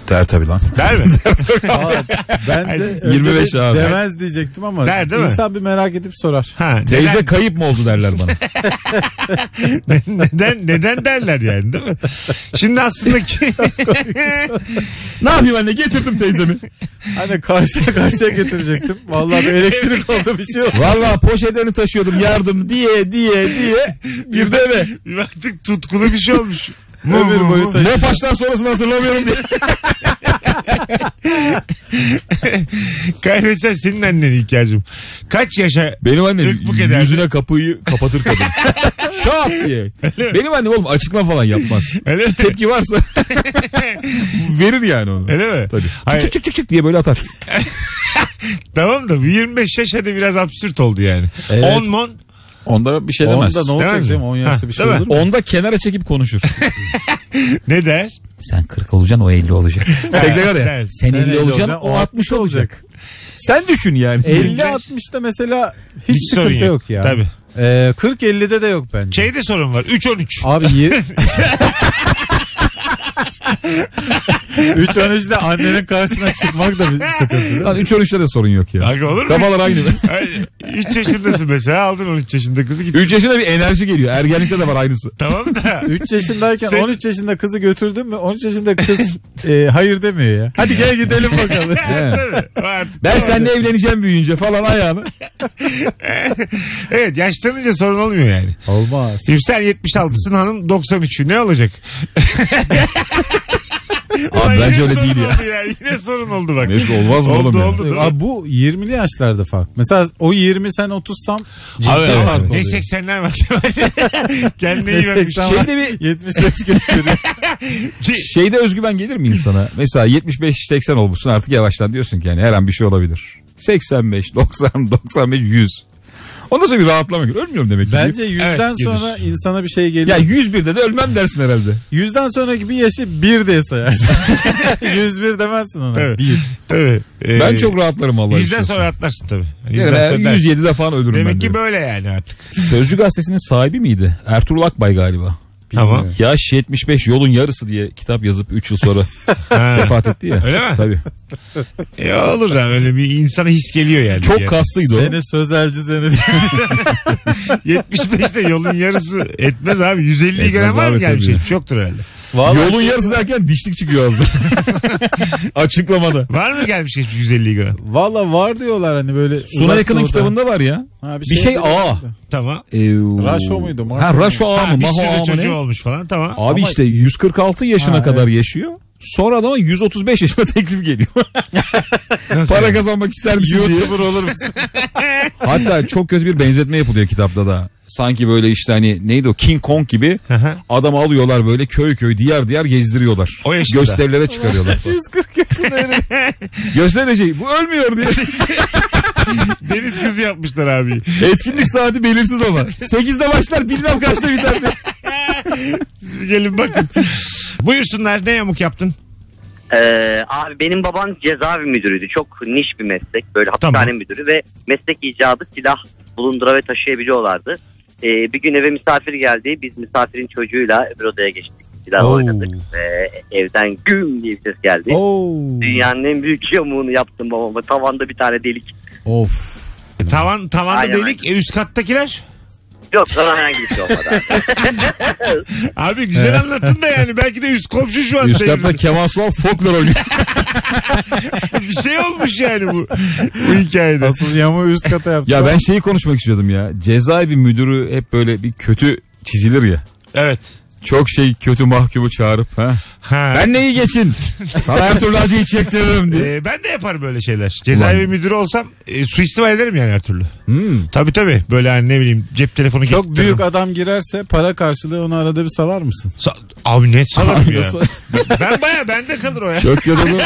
Speaker 3: Der tabii lan.
Speaker 2: Der mi?
Speaker 4: Ben de
Speaker 2: Hayır,
Speaker 4: önce
Speaker 3: 25
Speaker 4: de-
Speaker 3: abi.
Speaker 4: demez diyecektim ama
Speaker 2: Der değil mi?
Speaker 4: insan bir merak edip sorar.
Speaker 2: ha,
Speaker 3: Teyze kayıp mı oldu derler bana.
Speaker 2: neden, neden, neden derler yani değil mi? Şimdi aslında ki...
Speaker 3: ne yapayım anne getirdim teyzemi.
Speaker 4: Hani karşıya karşıya getirecektim. Vallahi bir elektrik oldu bir şey oldu.
Speaker 3: Valla poşetlerini taşıyordum yardım diye diye diye. Bir de eve.
Speaker 2: bir baktık tutkulu bir şey olmuş.
Speaker 4: Ömür boyu taşı-
Speaker 3: Mopaş'tan sonrasını hatırlamıyorum diye.
Speaker 2: Kaybetsen senin annen İlker'cim. Kaç yaşa...
Speaker 3: Benim annem
Speaker 2: Dök bu kederdi.
Speaker 3: yüzüne kapıyı kapatır kadın. Şap diye. Benim annem oğlum açıklama falan yapmaz.
Speaker 2: Öyle mi?
Speaker 3: Tepki varsa verir yani onu.
Speaker 2: Öyle mi?
Speaker 3: Tabii. Çık
Speaker 2: Hayır.
Speaker 3: çık çık çık çık diye böyle atar.
Speaker 2: Tamam da bu 25 yaş hadi biraz absürt oldu yani. 10 mon
Speaker 3: Onda bir şey demez.
Speaker 4: Onda ne olacak
Speaker 2: Demez mi?
Speaker 4: canım 10 yaşta bir şey
Speaker 2: Ha,
Speaker 4: olur
Speaker 2: değil
Speaker 4: mu?
Speaker 3: Onda kenara çekip konuşur.
Speaker 2: ne der?
Speaker 3: Sen 40 olacaksın o 50 olacak. Tekrar
Speaker 2: der.
Speaker 3: ya. Sen 50 olacaksın o 60 olacak. Sen düşün yani.
Speaker 4: 50-60'da mesela hiç,
Speaker 2: Hiç sorun
Speaker 4: sıkıntı
Speaker 2: yok.
Speaker 4: yok. ya.
Speaker 2: Tabii. Şey-
Speaker 4: Ee, 40-50'de de yok bence.
Speaker 2: Şeyde sorun var. 3-13.
Speaker 4: Abi ye... 3 13'de annenin karşısına çıkmak da bir sıkıntı.
Speaker 3: Lan 3 13'te de sorun yok ya.
Speaker 2: Aga olur mu?
Speaker 3: Kafalar aynı.
Speaker 2: 3 yaşındasın mesela aldın 13 yaşında kızı git.
Speaker 3: 3 yaşında bir enerji geliyor. Ergenlikte de var aynısı.
Speaker 2: Tamam da
Speaker 4: 3 yaşındayken
Speaker 2: Sen-
Speaker 4: 13 yaşında kızı götürdün mü 13 yaşında kız e, hayır demiyor ya. Hadi gel gidelim bakalım.
Speaker 3: He.
Speaker 2: Tabii. Artık-
Speaker 3: Ben seninle evleneceğim büyüyünce falan ayağını.
Speaker 2: evet yaşlanınca sorun olmuyor yani.
Speaker 4: Olmaz.
Speaker 2: Yüksel 76'sın hanım 93'ü ne olacak? Ulan
Speaker 3: Abi
Speaker 2: yine
Speaker 3: bence öyle
Speaker 2: sorun
Speaker 3: değil ya.
Speaker 2: oldu ya. Yine sorun oldu bak.
Speaker 3: Mesut olmaz mı
Speaker 2: Oldu
Speaker 3: oğlum ya?
Speaker 2: oldu. değil mi?
Speaker 4: Abi bu 20'li yaşlarda fark. Mesela o 20 sen 30'san ciddi
Speaker 2: Abi,
Speaker 4: fark
Speaker 2: ne
Speaker 4: oluyor.
Speaker 2: 80'ler var. Kendine iyi şey vermiş.
Speaker 4: 80'ler.
Speaker 3: Şeyde bir
Speaker 4: 75 gösteriyor.
Speaker 3: şeyde özgüven gelir mi insana? Mesela 75-80 olmuşsun artık yavaştan diyorsun ki yani her an bir şey olabilir. 85, 90, 95, 100. Ondan sonra bir rahatlama gelir. Ölmüyorum demek ki.
Speaker 4: Bence yüzden
Speaker 2: Evet,
Speaker 4: sonra insana bir şey geliyor.
Speaker 3: Ya 101'de de ölmem dersin herhalde.
Speaker 4: Yüzden sonraki bir yaşı bir diye sayarsın. 101 demezsin ona.
Speaker 2: Evet.
Speaker 4: Bir.
Speaker 2: Tabii. Ee,
Speaker 3: Ben çok rahatlarım Allah'a.
Speaker 2: Yüzden sonra atlarsın tabii. Yüzden sonra dersin.
Speaker 3: 107'de falan ölürüm ben.
Speaker 2: Demek ki
Speaker 3: diyorum.
Speaker 2: böyle yani artık.
Speaker 3: Sözcü gazetesinin sahibi miydi? Ertuğrul Akbay galiba.
Speaker 2: Tamam.
Speaker 3: Yaş 75 yolun yarısı diye kitap yazıp 3 yıl sonra
Speaker 2: Ha.
Speaker 3: vefat etti ya.
Speaker 2: Öyle mi?
Speaker 3: Tabii.
Speaker 2: E olur abi öyle bir insana his geliyor yani.
Speaker 3: Çok
Speaker 2: Yani.
Speaker 3: kaslıydı o.
Speaker 4: Seni sözelci seni.
Speaker 2: 75'te yolun yarısı etmez abi. 150'yi gören
Speaker 3: Etmez
Speaker 2: var mı
Speaker 3: abi,
Speaker 2: gelmiş
Speaker 3: tabii.
Speaker 2: hiçbir şey yoktur herhalde.
Speaker 4: şey-
Speaker 3: Yolun yarısı derken dişlik çıkıyor ağzına. Açıklamada.
Speaker 2: Var mı gelmiş hiçbir 150'yi gören?
Speaker 4: Valla var diyorlar hani böyle.
Speaker 3: Suna
Speaker 4: uzak
Speaker 3: Yakın'ın
Speaker 4: doğuda.
Speaker 3: kitabında var ya.
Speaker 4: Ha,
Speaker 3: bir şey, A. Ee,
Speaker 2: Tamam.
Speaker 4: Raşo muydu, Marşo
Speaker 3: Ha Raşo A
Speaker 2: Ha,
Speaker 3: mı?
Speaker 2: bir
Speaker 3: Maho
Speaker 2: sürü
Speaker 3: A mı
Speaker 2: çocuğu
Speaker 3: ne?
Speaker 2: olmuş falan tamam.
Speaker 3: Abi
Speaker 4: Ama-
Speaker 3: işte 146 yaşına
Speaker 4: Ha,
Speaker 3: kadar yaşıyor. Sonra adama 135 yaşında teklif geliyor.
Speaker 2: Nasıl
Speaker 3: Para
Speaker 2: yani?
Speaker 3: kazanmak ister misin diye.
Speaker 4: YouTuber olur musun?
Speaker 3: Hatta çok kötü bir benzetme yapılıyor kitapta da. Sanki böyle işte hani neydi o King Kong gibi
Speaker 2: hı.
Speaker 3: adamı alıyorlar böyle köy köy diyar diyar gezdiriyorlar.
Speaker 2: O yaşında.
Speaker 3: Gösterilere çıkarıyorlar.
Speaker 4: 140 yaşında
Speaker 3: Gösterecek bu ölmüyor diye.
Speaker 2: Deniz kızı yapmışlar abi.
Speaker 3: Etkinlik saati belirsiz ama. 8'de başlar bilmem kaçta biter diye.
Speaker 2: Siz bir gelin bakın. Buyursunlar ne yamuk yaptın?
Speaker 8: Ee, abi benim babam cezaevi müdürüydü. Çok niş bir meslek. Böyle hapishane
Speaker 2: Tamam.
Speaker 8: müdürü ve meslek icadı silah bulundura ve taşıyabiliyorlardı. Ee, bir gün eve misafir geldi. Biz misafirin çocuğuyla öbür odaya geçtik. Silah
Speaker 3: Oo.
Speaker 8: oynadık ve evden güm diye bir ses geldi.
Speaker 3: Oh,
Speaker 8: Dünyanın en büyük yamuğunu yaptım babama. Tavanda bir tane delik.
Speaker 4: Of.
Speaker 2: E, tavan tavanda
Speaker 8: Aynen,
Speaker 2: delik, e, üst kattakiler.
Speaker 8: Yok sana herhangi bir şey olmadı. abi.
Speaker 2: Abi güzel anlattın da yani belki de üst komşu şu an.
Speaker 3: Üst katta
Speaker 2: devirde.
Speaker 3: Kemal Sunal folklor oynuyor.
Speaker 2: bir şey olmuş yani bu bu hikayede.
Speaker 4: Asıl yamu üst kata yaptı.
Speaker 3: Ya ben şeyi konuşmak istiyordum ya. Cezaevi müdürü hep böyle bir kötü çizilir ya.
Speaker 2: Evet.
Speaker 3: Çok şey kötü mahkumu çağırıp ha.
Speaker 2: Ha.
Speaker 3: Ben neyi geçin? Sana her türlü acıyı çektiririm diye.
Speaker 2: Ee, ben de yaparım böyle şeyler. Cezaevi müdürü olsam e, suistimal ederim yani her türlü.
Speaker 3: Hmm.
Speaker 2: Tabii tabii. Böyle hani ne bileyim cep telefonu
Speaker 4: Çok
Speaker 2: getirtirim.
Speaker 4: büyük adam girerse para karşılığı onu arada bir salar mısın?
Speaker 2: Sa- Abi net salarım
Speaker 3: Abi
Speaker 2: ya.
Speaker 3: nasıl-
Speaker 2: ben baya bende kalır o ya.
Speaker 3: Çok kötü olur.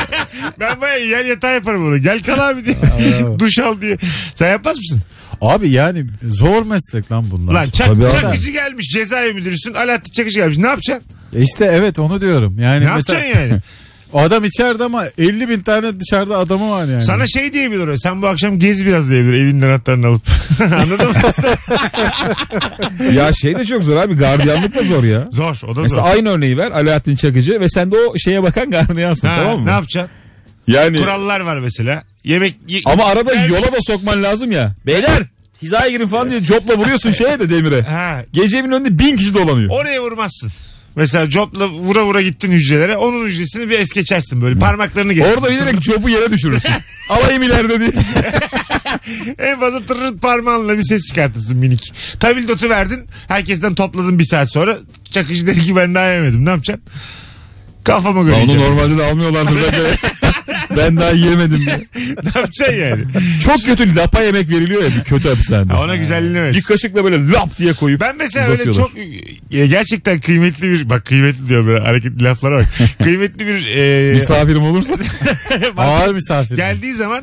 Speaker 2: Ben baya yer yatağı yaparım onu. Gel kal abi diye. Duş al diye. Sen yapmaz mısın?
Speaker 4: Abi yani zor meslek lan bunlar.
Speaker 2: Lan çak,
Speaker 3: Tabii abi.
Speaker 2: çakıcı gelmiş cezaevi müdürüsün. Alaaddin Çakıcı gelmiş. Ne yapacaksın?
Speaker 4: E İşte evet onu diyorum. Yani
Speaker 2: Ne
Speaker 4: mesela
Speaker 2: yapacaksın yani?
Speaker 4: o adam içeride ama 50 bin tane dışarıda adamı var yani.
Speaker 2: Sana şey diyebilir o. Sen bu akşam gez biraz diyebilir. Evinden anahtarını alıp. Anladın mı?
Speaker 3: Ya şey de çok zor abi. Gardiyanlık da zor ya.
Speaker 2: Zor. O da zor.
Speaker 3: Mesela aynı örneği ver Alaaddin Çakıcı ve sen de o şeye bakan gardiyansın
Speaker 2: Ha,
Speaker 3: tamam mı?
Speaker 2: Ne yapacaksın?
Speaker 3: Yani
Speaker 2: Kurallar var mesela. Yemek ye-
Speaker 3: ama arada
Speaker 2: Ver-
Speaker 3: yola da sokman lazım ya. Beyler hizaya girin falan diye copla vuruyorsun şeye de demire.
Speaker 2: Ha,
Speaker 3: Gece evin önünde bin kişi dolanıyor.
Speaker 2: oraya vurmazsın. Mesela copla vura vura gittin hücrelere. Onun hücresini bir es geçersin böyle. Parmaklarını geçersin.
Speaker 3: Orada bilerek copu yere düşürürsün. Alayım ileride diye.
Speaker 2: En fazla tırırt parmağınla bir ses çıkartırsın minik. Tabildotu verdin. Herkesten topladın bir saat sonra. Çakıcı dedi ki ben daha yemedim. Ne yapacaksın? Kafama
Speaker 3: Lan onu
Speaker 2: göreceğim.
Speaker 3: normalde de almıyorlardır bence. ben daha yemedim diye.
Speaker 2: ne yapacaksın yani?
Speaker 3: Çok kötü lapa yemek veriliyor ya bir kötü hapishanede.
Speaker 2: Ha, Ona güzelliğini ver.
Speaker 3: Bir kaşıkla böyle lap diye koyup.
Speaker 2: Ben mesela öyle
Speaker 3: uzatıyorlar.
Speaker 2: çok e, gerçekten kıymetli bir bak kıymetli diyor böyle hareketli laflara bak. kıymetli bir e,
Speaker 3: Misafirim olursa.
Speaker 4: Ağır misafir.
Speaker 2: geldiği zaman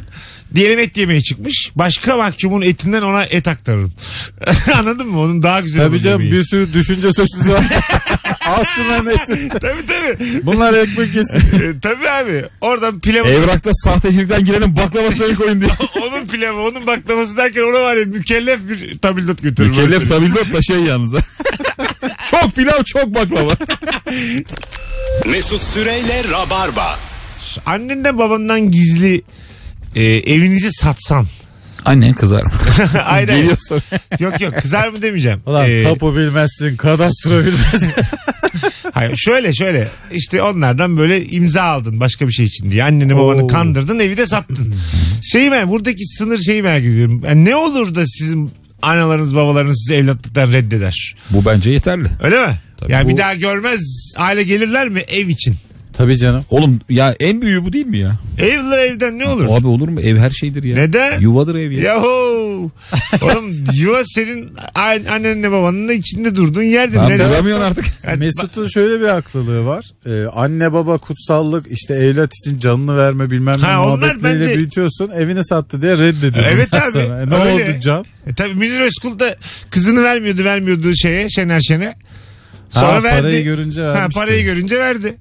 Speaker 2: diyelim et yemeye çıkmış. Başka mahkumun etinden ona et aktarırım. Anladın mı? Onun daha güzel
Speaker 4: Tabii
Speaker 2: olur
Speaker 4: canım
Speaker 2: yemeği.
Speaker 4: bir sürü düşünce sözü var. Al şunların hepsini.
Speaker 2: Tabii tabii.
Speaker 4: Bunlar ekmek yesin.
Speaker 2: E, tabii abi. Oradan pilav
Speaker 3: Evrakta sahtecilikten girenin baklavasını koyun diye.
Speaker 4: E-
Speaker 2: onun pilavı, onun baklavası derken ona var ya mükellef bir tabildot götürür.
Speaker 3: Mükellef tabildot da şey yalnız. ha. çok pilav çok baklava.
Speaker 1: Mesut Süreyle Rabarba.
Speaker 2: Annenden babandan gizli e, evinizi satsan.
Speaker 3: Annen kızar mı?
Speaker 2: Aynen.
Speaker 3: Geliyor sonra.
Speaker 2: Yok yok kızar mı demeyeceğim.
Speaker 4: Ulan
Speaker 2: E,
Speaker 4: tapu bilmezsin, kadastro bilmezsin.
Speaker 2: Hayır şöyle şöyle işte onlardan böyle imza aldın başka bir şey için diye. Anneni babanı kandırdın evi de sattın. Şeyi ben buradaki sınır şeyi merak ediyorum. Yani ne olur da sizin analarınız babalarınız sizi evlatlıktan reddeder.
Speaker 3: Bu bence yeterli.
Speaker 2: Öyle mi? yani bir
Speaker 3: bu-
Speaker 2: daha görmez hale gelirler mi ev için?
Speaker 4: Tabii canım.
Speaker 3: Oğlum ya en büyüğü bu değil mi ya?
Speaker 2: Evler evden ne olur?
Speaker 3: Abi olur mu? Ev her şeydir ya.
Speaker 2: Neden?
Speaker 3: Yuvadır ev ya.
Speaker 2: Yahu. Oğlum yuva senin an- annenle babanın da içinde durduğun yerdir.
Speaker 3: Tamam,
Speaker 2: Neden?
Speaker 3: kızamıyorsun artık.
Speaker 2: Yani
Speaker 4: Mesut'un şöyle bir haklılığı var. Ee, anne baba kutsallık işte evlat için canını verme bilmem ne
Speaker 2: Ha, onlar
Speaker 4: muhabbetleriyle
Speaker 2: bence-
Speaker 4: büyütüyorsun. Evini sattı diye reddediyor.
Speaker 2: Evet
Speaker 4: Ondan
Speaker 2: abi,
Speaker 4: sonra. E, ne
Speaker 2: öyle.
Speaker 4: oldu can?
Speaker 2: E tabii Münir Özkul da kızını vermiyordu vermiyordu şeye Şener Şen'e.
Speaker 4: Ha,
Speaker 2: Sonra verdi.
Speaker 4: parayı görünce
Speaker 2: ha,
Speaker 4: vermişti.
Speaker 2: parayı görünce verdi.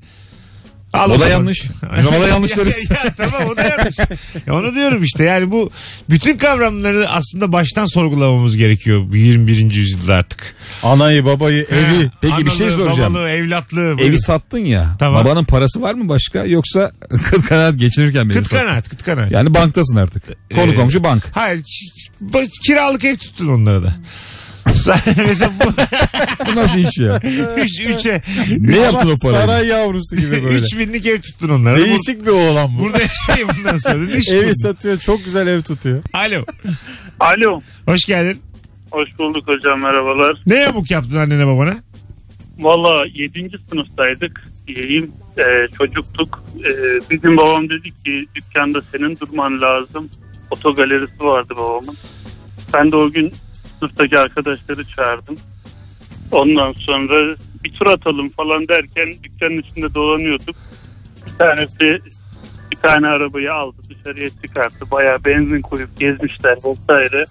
Speaker 2: Al
Speaker 3: O da
Speaker 2: zaman.
Speaker 3: yanlış. Biz ona da yanlış
Speaker 2: ya,
Speaker 3: deriz.
Speaker 2: ya, tamam o da yanlış. Ya onu diyorum işte yani bu bütün kavramları aslında baştan sorgulamamız gerekiyor bu 21. yüzyılda artık.
Speaker 4: Anayı babayı evi.
Speaker 3: Peki bir
Speaker 2: Analığı,
Speaker 3: şey soracağım.
Speaker 2: Babalığı, evlatlığı. buyurun.
Speaker 3: Evi sattın ya.
Speaker 2: Tamam.
Speaker 3: Babanın parası var mı başka yoksa kıt kanaat geçinirken mi evi
Speaker 2: Kıt
Speaker 3: sattın?
Speaker 2: kanaat kıt kanaat.
Speaker 3: Yani banktasın artık. Konu
Speaker 2: Ee,
Speaker 3: komşu bank.
Speaker 2: Hayır ki- ba- kiralık ev tuttun onlara da. Mesela bu
Speaker 3: Bu nasıl iş ya?
Speaker 2: üç, üçe
Speaker 3: Ne yaptın o parayı?
Speaker 4: Saray yavrusu gibi böyle.
Speaker 2: üç binlik ev tuttun onlara. Bur-
Speaker 4: Değişik bir oğlan bu.
Speaker 2: Burada yaşayın bundan sonra. Ne iş
Speaker 4: Evi
Speaker 2: buldun?
Speaker 4: satıyor çok güzel ev tutuyor.
Speaker 2: Alo.
Speaker 9: Alo.
Speaker 2: Hoş geldin.
Speaker 9: Hoş bulduk hocam merhabalar.
Speaker 2: Ne yamuk yaptın annene babana?
Speaker 9: Valla 7. sınıftaydık. iyiyim. Ee, çocuktuk. Ee, bir gün babam dedi ki dükkanda senin durman lazım. Otogalerisi vardı babamın. Ben de o gün sınıftaki arkadaşları çağırdım. Ondan sonra bir tur atalım falan derken dükkanın içinde dolanıyorduk. Bir tanesi bir tane arabayı aldı dışarıya çıkarttı. Bayağı benzin koyup gezmişler vesaire.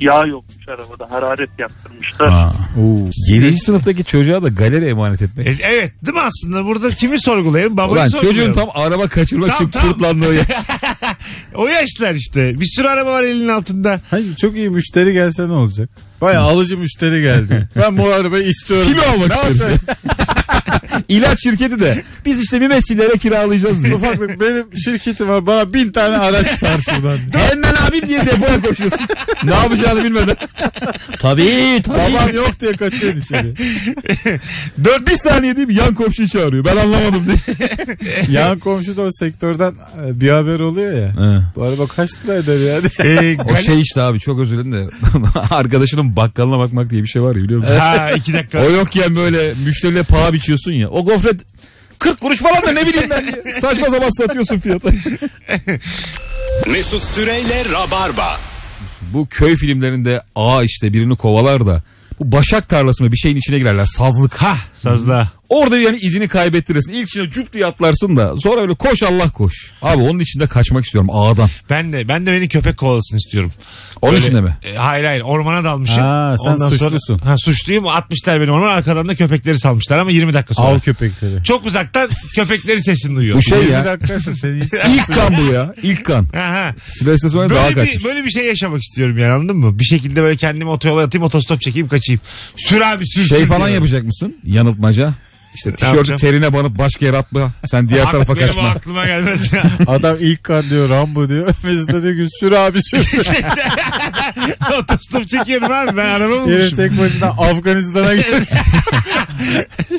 Speaker 9: Yağ yokmuş arabada hararet yaptırmışlar.
Speaker 3: Aa. 7. sınıftaki çocuğa da galeri emanet etmek.
Speaker 2: E, evet değil mi aslında burada kimi sorgulayayım? Babayı
Speaker 3: Ulan çocuğun
Speaker 2: sorgulayalım.
Speaker 3: tam araba kaçırmak
Speaker 2: Tam,
Speaker 3: için
Speaker 2: tam.
Speaker 3: kurtlandığı yer.
Speaker 2: O yaşlar işte. Bir sürü araba var elinin altında.
Speaker 4: Hayır çok iyi müşteri gelse ne olacak? Baya alıcı müşteri geldi. ben bu arabayı istiyorum.
Speaker 3: Kimi almak
Speaker 4: Ne
Speaker 3: istiyorsun?
Speaker 4: yapacağım?
Speaker 3: İlaç şirketi de. Biz işte bir mesilere kiralayacağız. diyor.
Speaker 4: Ufaklık benim şirketim var. Bana bin tane araç sar şuradan.
Speaker 3: Hemen abim diye depoya koşuyorsun. ne yapacağını bilmeden. tabii
Speaker 4: Babam yok diye kaçıyorsun içeri.
Speaker 3: Dört bir saniye değil mi? Yan komşuyu çağırıyor. Ben anlamadım diye.
Speaker 4: Yan komşu da o sektörden e, bir haber oluyor ya. Bu araba kaç lira eder yani?
Speaker 2: E,
Speaker 3: O şey işte abi çok özür dilerim de arkadaşının bakkalına bakmak diye bir şey var ya biliyor musun?
Speaker 2: Ha iki dakika.
Speaker 3: o yokken böyle müşteriyle paha biçiyorsun ya. O gofret 40 kuruş falan da ne bileyim ben diye. Saçma sapan satıyorsun fiyata.
Speaker 1: Mesut Süreyle Rabarba.
Speaker 3: Bu köy filmlerinde aa işte birini kovalar da bu başak tarlası mı bir şeyin içine girerler sazlık.
Speaker 2: Ha sazda.
Speaker 3: Orada yani izini kaybettirirsin. İlk içine cuk diye atlarsın da sonra öyle koş Allah koş. Abi onun içinde kaçmak istiyorum ağdan.
Speaker 2: Ben de ben de beni köpek kovalasın istiyorum.
Speaker 3: Onun
Speaker 2: Böyle-
Speaker 3: içinde mi?
Speaker 2: E, hayır hayır ormana dalmışım.
Speaker 4: Ha, sen suçlusun.
Speaker 2: Sonra, ha, suçluyum atmışlar beni ormana arkadan da köpekleri salmışlar ama 20 dakika sonra.
Speaker 4: Av köpekleri.
Speaker 2: Çok uzaktan köpekleri sesini duyuyor.
Speaker 3: Bu şey
Speaker 4: Bir
Speaker 3: ya.
Speaker 4: dakikası seni hiç...
Speaker 3: İlk kan bu ya. İlk kan.
Speaker 2: Ha, ha.
Speaker 3: Silvestre sonra daha
Speaker 2: Böyle bir,
Speaker 3: kaçmış.
Speaker 2: böyle bir şey yaşamak istiyorum yani anladın mı? Bir şekilde böyle kendimi otoyola atayım otostop çekeyim kaçayım. Sür abi sür.
Speaker 3: Şey
Speaker 2: sür
Speaker 3: falan
Speaker 2: diyorum.
Speaker 3: yapacak mısın? Yanıltmaca. İşte tişörtü
Speaker 2: yapacağım?
Speaker 3: terine banıp başka yere atma. Sen diğer
Speaker 2: Ak-
Speaker 3: tarafa
Speaker 2: benim
Speaker 3: kaçma.
Speaker 2: aklıma gelmez.
Speaker 4: Adam ilk kan diyor Rambo diyor. Mesut da diyor ki sür abi sür.
Speaker 2: otostop çekiyorum abi ben araba
Speaker 4: Yine
Speaker 2: bulmuşum.
Speaker 4: tek başına Afganistan'a gidiyor.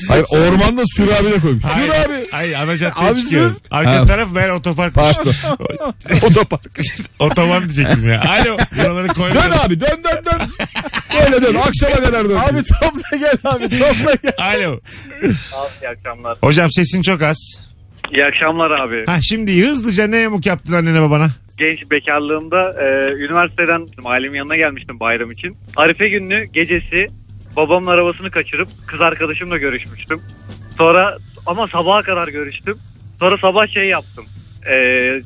Speaker 3: Hayır ormanda sürü de koymuş.
Speaker 2: Hayır,
Speaker 3: Sür abi.
Speaker 2: Hayır ana caddeye
Speaker 4: Abi
Speaker 2: çıkıyorum. Arka
Speaker 3: Ha.
Speaker 2: taraf ben otopark.
Speaker 3: Pardon. Otopark.
Speaker 2: Otoban diyecektim ya. Alo. Buraları
Speaker 3: Dön
Speaker 2: koymadım.
Speaker 3: abi dön dön dön. Böyle dön akşama kadar dön.
Speaker 4: abi topla gel abi topla gel.
Speaker 2: Alo.
Speaker 9: İyi akşamlar.
Speaker 2: Hocam sesin çok az.
Speaker 9: İyi akşamlar abi.
Speaker 2: Ha şimdi hızlıca ne yamuk yaptın annene babana?
Speaker 9: genç bekarlığımda e, üniversiteden ailemin yanına gelmiştim bayram için. Arife gününü gecesi babamın arabasını kaçırıp kız arkadaşımla görüşmüştüm. Sonra ama sabaha kadar görüştüm. Sonra sabah şey yaptım. E,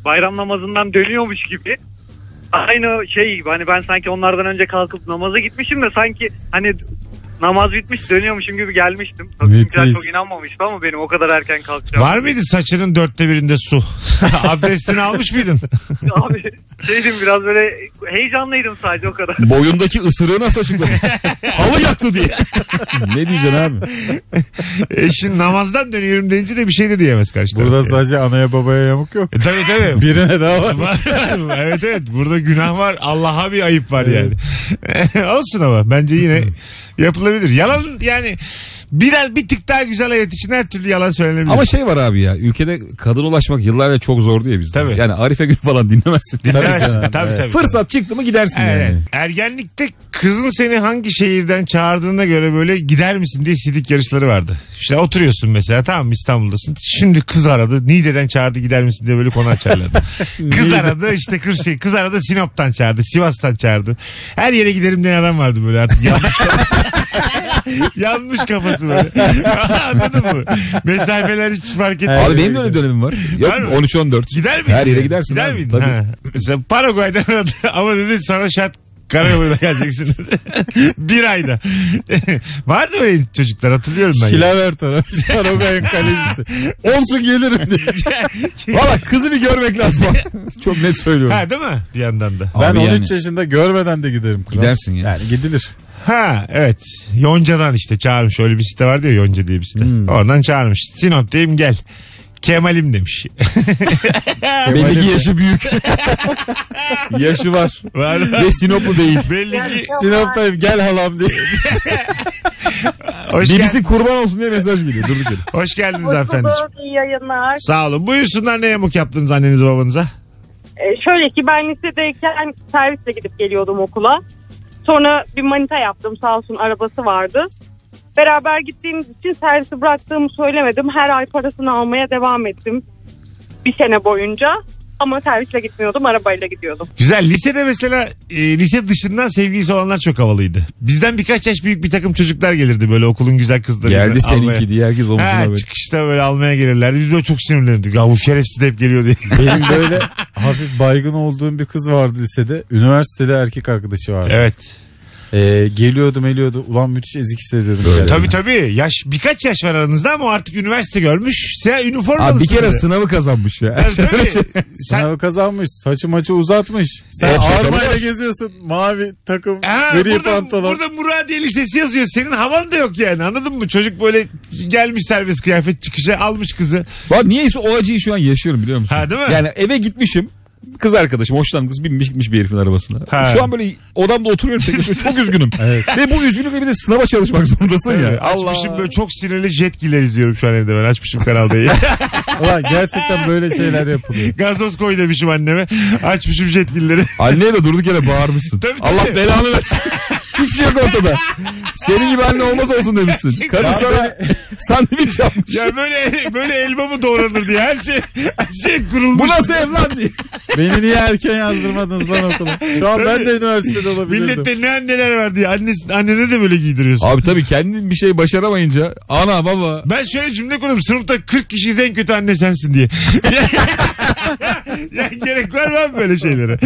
Speaker 9: bayram namazından dönüyormuş gibi. Aynı şey gibi hani ben sanki onlardan önce kalkıp namaza gitmişim de sanki hani namaz bitmiş dönüyormuşum gibi gelmiştim. Tabii
Speaker 4: Müthiş.
Speaker 9: bizimkiler çok inanmamıştı ama benim o kadar erken kalkacağım.
Speaker 2: Var mıydı saçının dörtte birinde su? Abdestini almış mıydın?
Speaker 9: Abi şeydim biraz böyle heyecanlıydım sadece o kadar.
Speaker 3: Boyundaki ısırığı nasıl açıkladın? Halı yaktı diye. ne diyeceksin abi?
Speaker 2: Eşin E, namazdan dönüyorum deyince de bir şey de diyemez karşı taraf.
Speaker 4: Burada
Speaker 2: Yani.
Speaker 4: sadece anaya babaya yamuk yok.
Speaker 2: E, tabii tabii.
Speaker 4: Birine daha var.
Speaker 2: evet evet burada günah var Allah'a bir ayıp var yani. Olsun ama bence yine yapılabilir. Yalan yani biraz bir tık daha güzel hayat için her türlü yalan söylenebilir.
Speaker 3: Ama şey var abi ya ülkede kadın ulaşmak yıllarca çok zor diye bizde.
Speaker 2: Tabii.
Speaker 3: Yani Arife gün falan dinlemezsin.
Speaker 2: Evet,
Speaker 4: canım,
Speaker 2: tabii, tabii, tabii.
Speaker 3: Fırsat çıktı mı gidersin
Speaker 2: Evet.
Speaker 3: yani.
Speaker 2: Ergenlikte kızın seni hangi şehirden çağırdığına göre böyle gider misin diye sidik yarışları vardı. İşte oturuyorsun mesela tamam mı, İstanbul'dasın. Şimdi kız aradı. Niğde'den çağırdı gider misin diye böyle konu açarlardı. kız aradı işte Kırşehir. Kız aradı Sinop'tan çağırdı. Sivas'tan çağırdı. Her yere giderim diyen adam vardı böyle artık. Yanlış kafası. Yanlış kafası böyle. Anladın mı? Mesafeler hiç fark etmiyor.
Speaker 3: Abi benim de öyle dönemim var. Yok
Speaker 2: Var mı?
Speaker 3: 13-14.
Speaker 2: Gider miydin?
Speaker 3: Her yere gidersin
Speaker 2: Gider
Speaker 3: abi.
Speaker 2: miydin?
Speaker 3: Tabii.
Speaker 2: Ha. Mesela Paraguay'dan aradı ama dedi sana şart Karayolu'na geleceksin. bir ayda. Vardı öyle çocuklar hatırlıyorum ben. ya.
Speaker 4: Şilaver tarafı. Şarogay'ın kalecisi. Olsun gelirim diye.
Speaker 3: Valla kızı bir görmek lazım. Çok net söylüyorum.
Speaker 2: Ha değil mi? Bir yandan da.
Speaker 4: Ben
Speaker 3: Abi
Speaker 4: 13
Speaker 3: yani.
Speaker 4: yaşında görmeden de giderim. kral.
Speaker 3: Gidersin ya.
Speaker 4: Yani gidilir.
Speaker 2: Ha evet. Yonca'dan işte çağırmış. Öyle bir site vardı ya Yonca diye bir site.
Speaker 3: Hmm.
Speaker 2: Oradan çağırmış. Sinop'tayım gel. Kemal'im demiş.
Speaker 3: Belli ki yaşı büyük. yaşı var. Ve Sinoplu değil.
Speaker 2: Belli ki
Speaker 4: Sinop'tayım gel halam diye.
Speaker 2: hoş, gel-
Speaker 3: Birisi kurban olsun diye mesaj geliyor. Durduk yere.
Speaker 2: hoş geldiniz
Speaker 6: Hoş
Speaker 2: hanımefendiciğim.
Speaker 6: bulduk, iyi yayınlar.
Speaker 2: Sağ olun. Buyursunlar ne yamuk yaptınız annenize babanıza?
Speaker 6: Ee, şöyle ki ben lisedeyken servisle gidip geliyordum okula. Sonra bir manita yaptım sağ olsun arabası vardı. Beraber gittiğimiz için servisi bıraktığımı söylemedim. Her ay parasını almaya devam ettim. Bir sene boyunca. Ama servisle gitmiyordum, arabayla gidiyordum.
Speaker 2: Güzel. Lisede mesela e, lise dışından sevgilisi olanlar çok havalıydı. Bizden birkaç yaş büyük bir takım çocuklar gelirdi böyle okulun güzel kızları.
Speaker 3: Geldi
Speaker 2: almaya.
Speaker 3: seninki diye herkes omzuna
Speaker 2: Ha,
Speaker 3: böyle.
Speaker 2: çıkışta böyle almaya gelirlerdi. Biz böyle çok sinirlenirdik. Ya bu şerefsiz de hep geliyor diye.
Speaker 4: Benim böyle hafif baygın olduğum bir kız vardı lisede. Üniversitede erkek arkadaşı vardı.
Speaker 2: evet.
Speaker 4: Ee, geliyordum eliyordu. Ulan müthiş ezik hissediyordum. Böyle.
Speaker 2: Tabii tabii. Yaş, birkaç yaş var aranızda ama artık üniversite görmüş. Sen üniformalısın.
Speaker 3: Abi bir kere Şey,
Speaker 2: bile.
Speaker 3: sınavı kazanmış ya.
Speaker 2: Tabii, tabii. Sen
Speaker 4: Sınavı kazanmış. Saçı maçı uzatmış. Sen
Speaker 2: Evet.
Speaker 4: armayla geziyorsun. Mavi takım,
Speaker 2: Ha,
Speaker 4: gri
Speaker 2: burada,
Speaker 4: pantolon.
Speaker 2: burada Muradiye Lisesi yazıyor. Senin havan da yok yani anladın mı? Çocuk böyle gelmiş servis kıyafet çıkışa almış kızı.
Speaker 3: Bak niyeyse o acıyı şu an yaşıyorum biliyor musun?
Speaker 2: Ha, değil mi?
Speaker 3: Yani eve gitmişim. Kız arkadaşım hoşlandığım kız binmiş gitmiş bir herifin arabasına.
Speaker 2: Ha.
Speaker 3: Şu an böyle odamda oturuyorum tek başıma, çok üzgünüm. Ve bu üzgünlükle bir de sınava çalışmak zorundasın ya.
Speaker 2: Açmışım böyle çok sinirli jetkiler izliyorum şu an evde ben. Açmışım Kanal D'yi.
Speaker 4: Ulan gerçekten böyle şeyler yapılıyor.
Speaker 2: Gazoz koy demişim anneme. Açmışım jetgilleri.
Speaker 3: Anneye de durduk yere bağırmışsın.
Speaker 2: Tabii, tabii.
Speaker 3: Allah belanı versin. Hiçbir şey yok ortada. Senin gibi anne olmaz olsun demişsin. Karı sana sandviç yapmış.
Speaker 2: ya böyle böyle elma mı doğranır diye her şey her şey kurulmuş.
Speaker 3: Bu nasıl evlat diye.
Speaker 4: Beni niye erken yazdırmadınız lan okula? Şu an ben de üniversitede olabilirdim.
Speaker 2: Millette ne anneler var diye annesi, annene de böyle giydiriyorsun.
Speaker 3: Abi tabii kendin bir şey başaramayınca ana baba.
Speaker 2: Ben şöyle cümle kurdum. Sınıfta 40 kişiyiz en kötü anne sensin diye. ya gerek var mı abi böyle şeylere?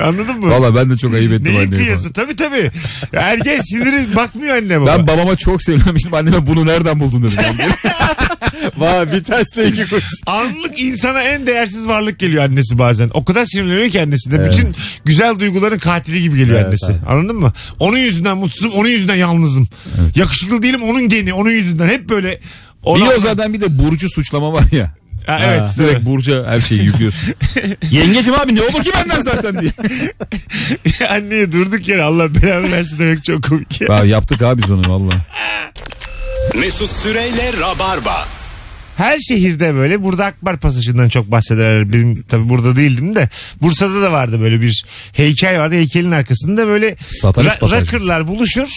Speaker 2: Anladın mı?
Speaker 3: Valla ben de çok ayıp ettim
Speaker 2: Neyin
Speaker 3: anneye. falan.
Speaker 2: kıyası? Tabii tabii. Ergen siniri bakmıyor anne baba.
Speaker 3: Ben babama çok sevinmiştim. Anneme bunu nereden buldun dedim.
Speaker 4: Vay bir taşla iki kuş.
Speaker 2: Anlık insana en değersiz varlık geliyor annesi bazen. O kadar sinirleniyor ki annesi de. Bütün güzel duyguların katili gibi geliyor
Speaker 4: Evet,
Speaker 2: annesi.
Speaker 4: evet.
Speaker 2: Anladın mı? Onun yüzünden mutsuzum, onun yüzünden yalnızım. Yakışıklı değilim, onun geni, onun yüzünden. Hep böyle... Ona...
Speaker 3: Bir o zaten bir de Burcu suçlama var ya.
Speaker 2: Ha, evet.
Speaker 3: Direkt Burcu'ya her şeyi yüklüyorsun. Yengeciğim abi ne olur ki benden zaten diye.
Speaker 2: Anneye durduk yere Allah belanı versin demek çok komik. ya.
Speaker 3: Ya yaptık abi biz onu valla.
Speaker 1: Mesut Süreyle Rabarba.
Speaker 2: Her şehirde böyle burada Akbar Pasajı'ndan çok bahsederler. Benim tabi burada değildim de Bursa'da da vardı böyle bir heykel vardı. Heykelin arkasında böyle
Speaker 3: Satanist pasaj.
Speaker 2: rakırlar buluşur.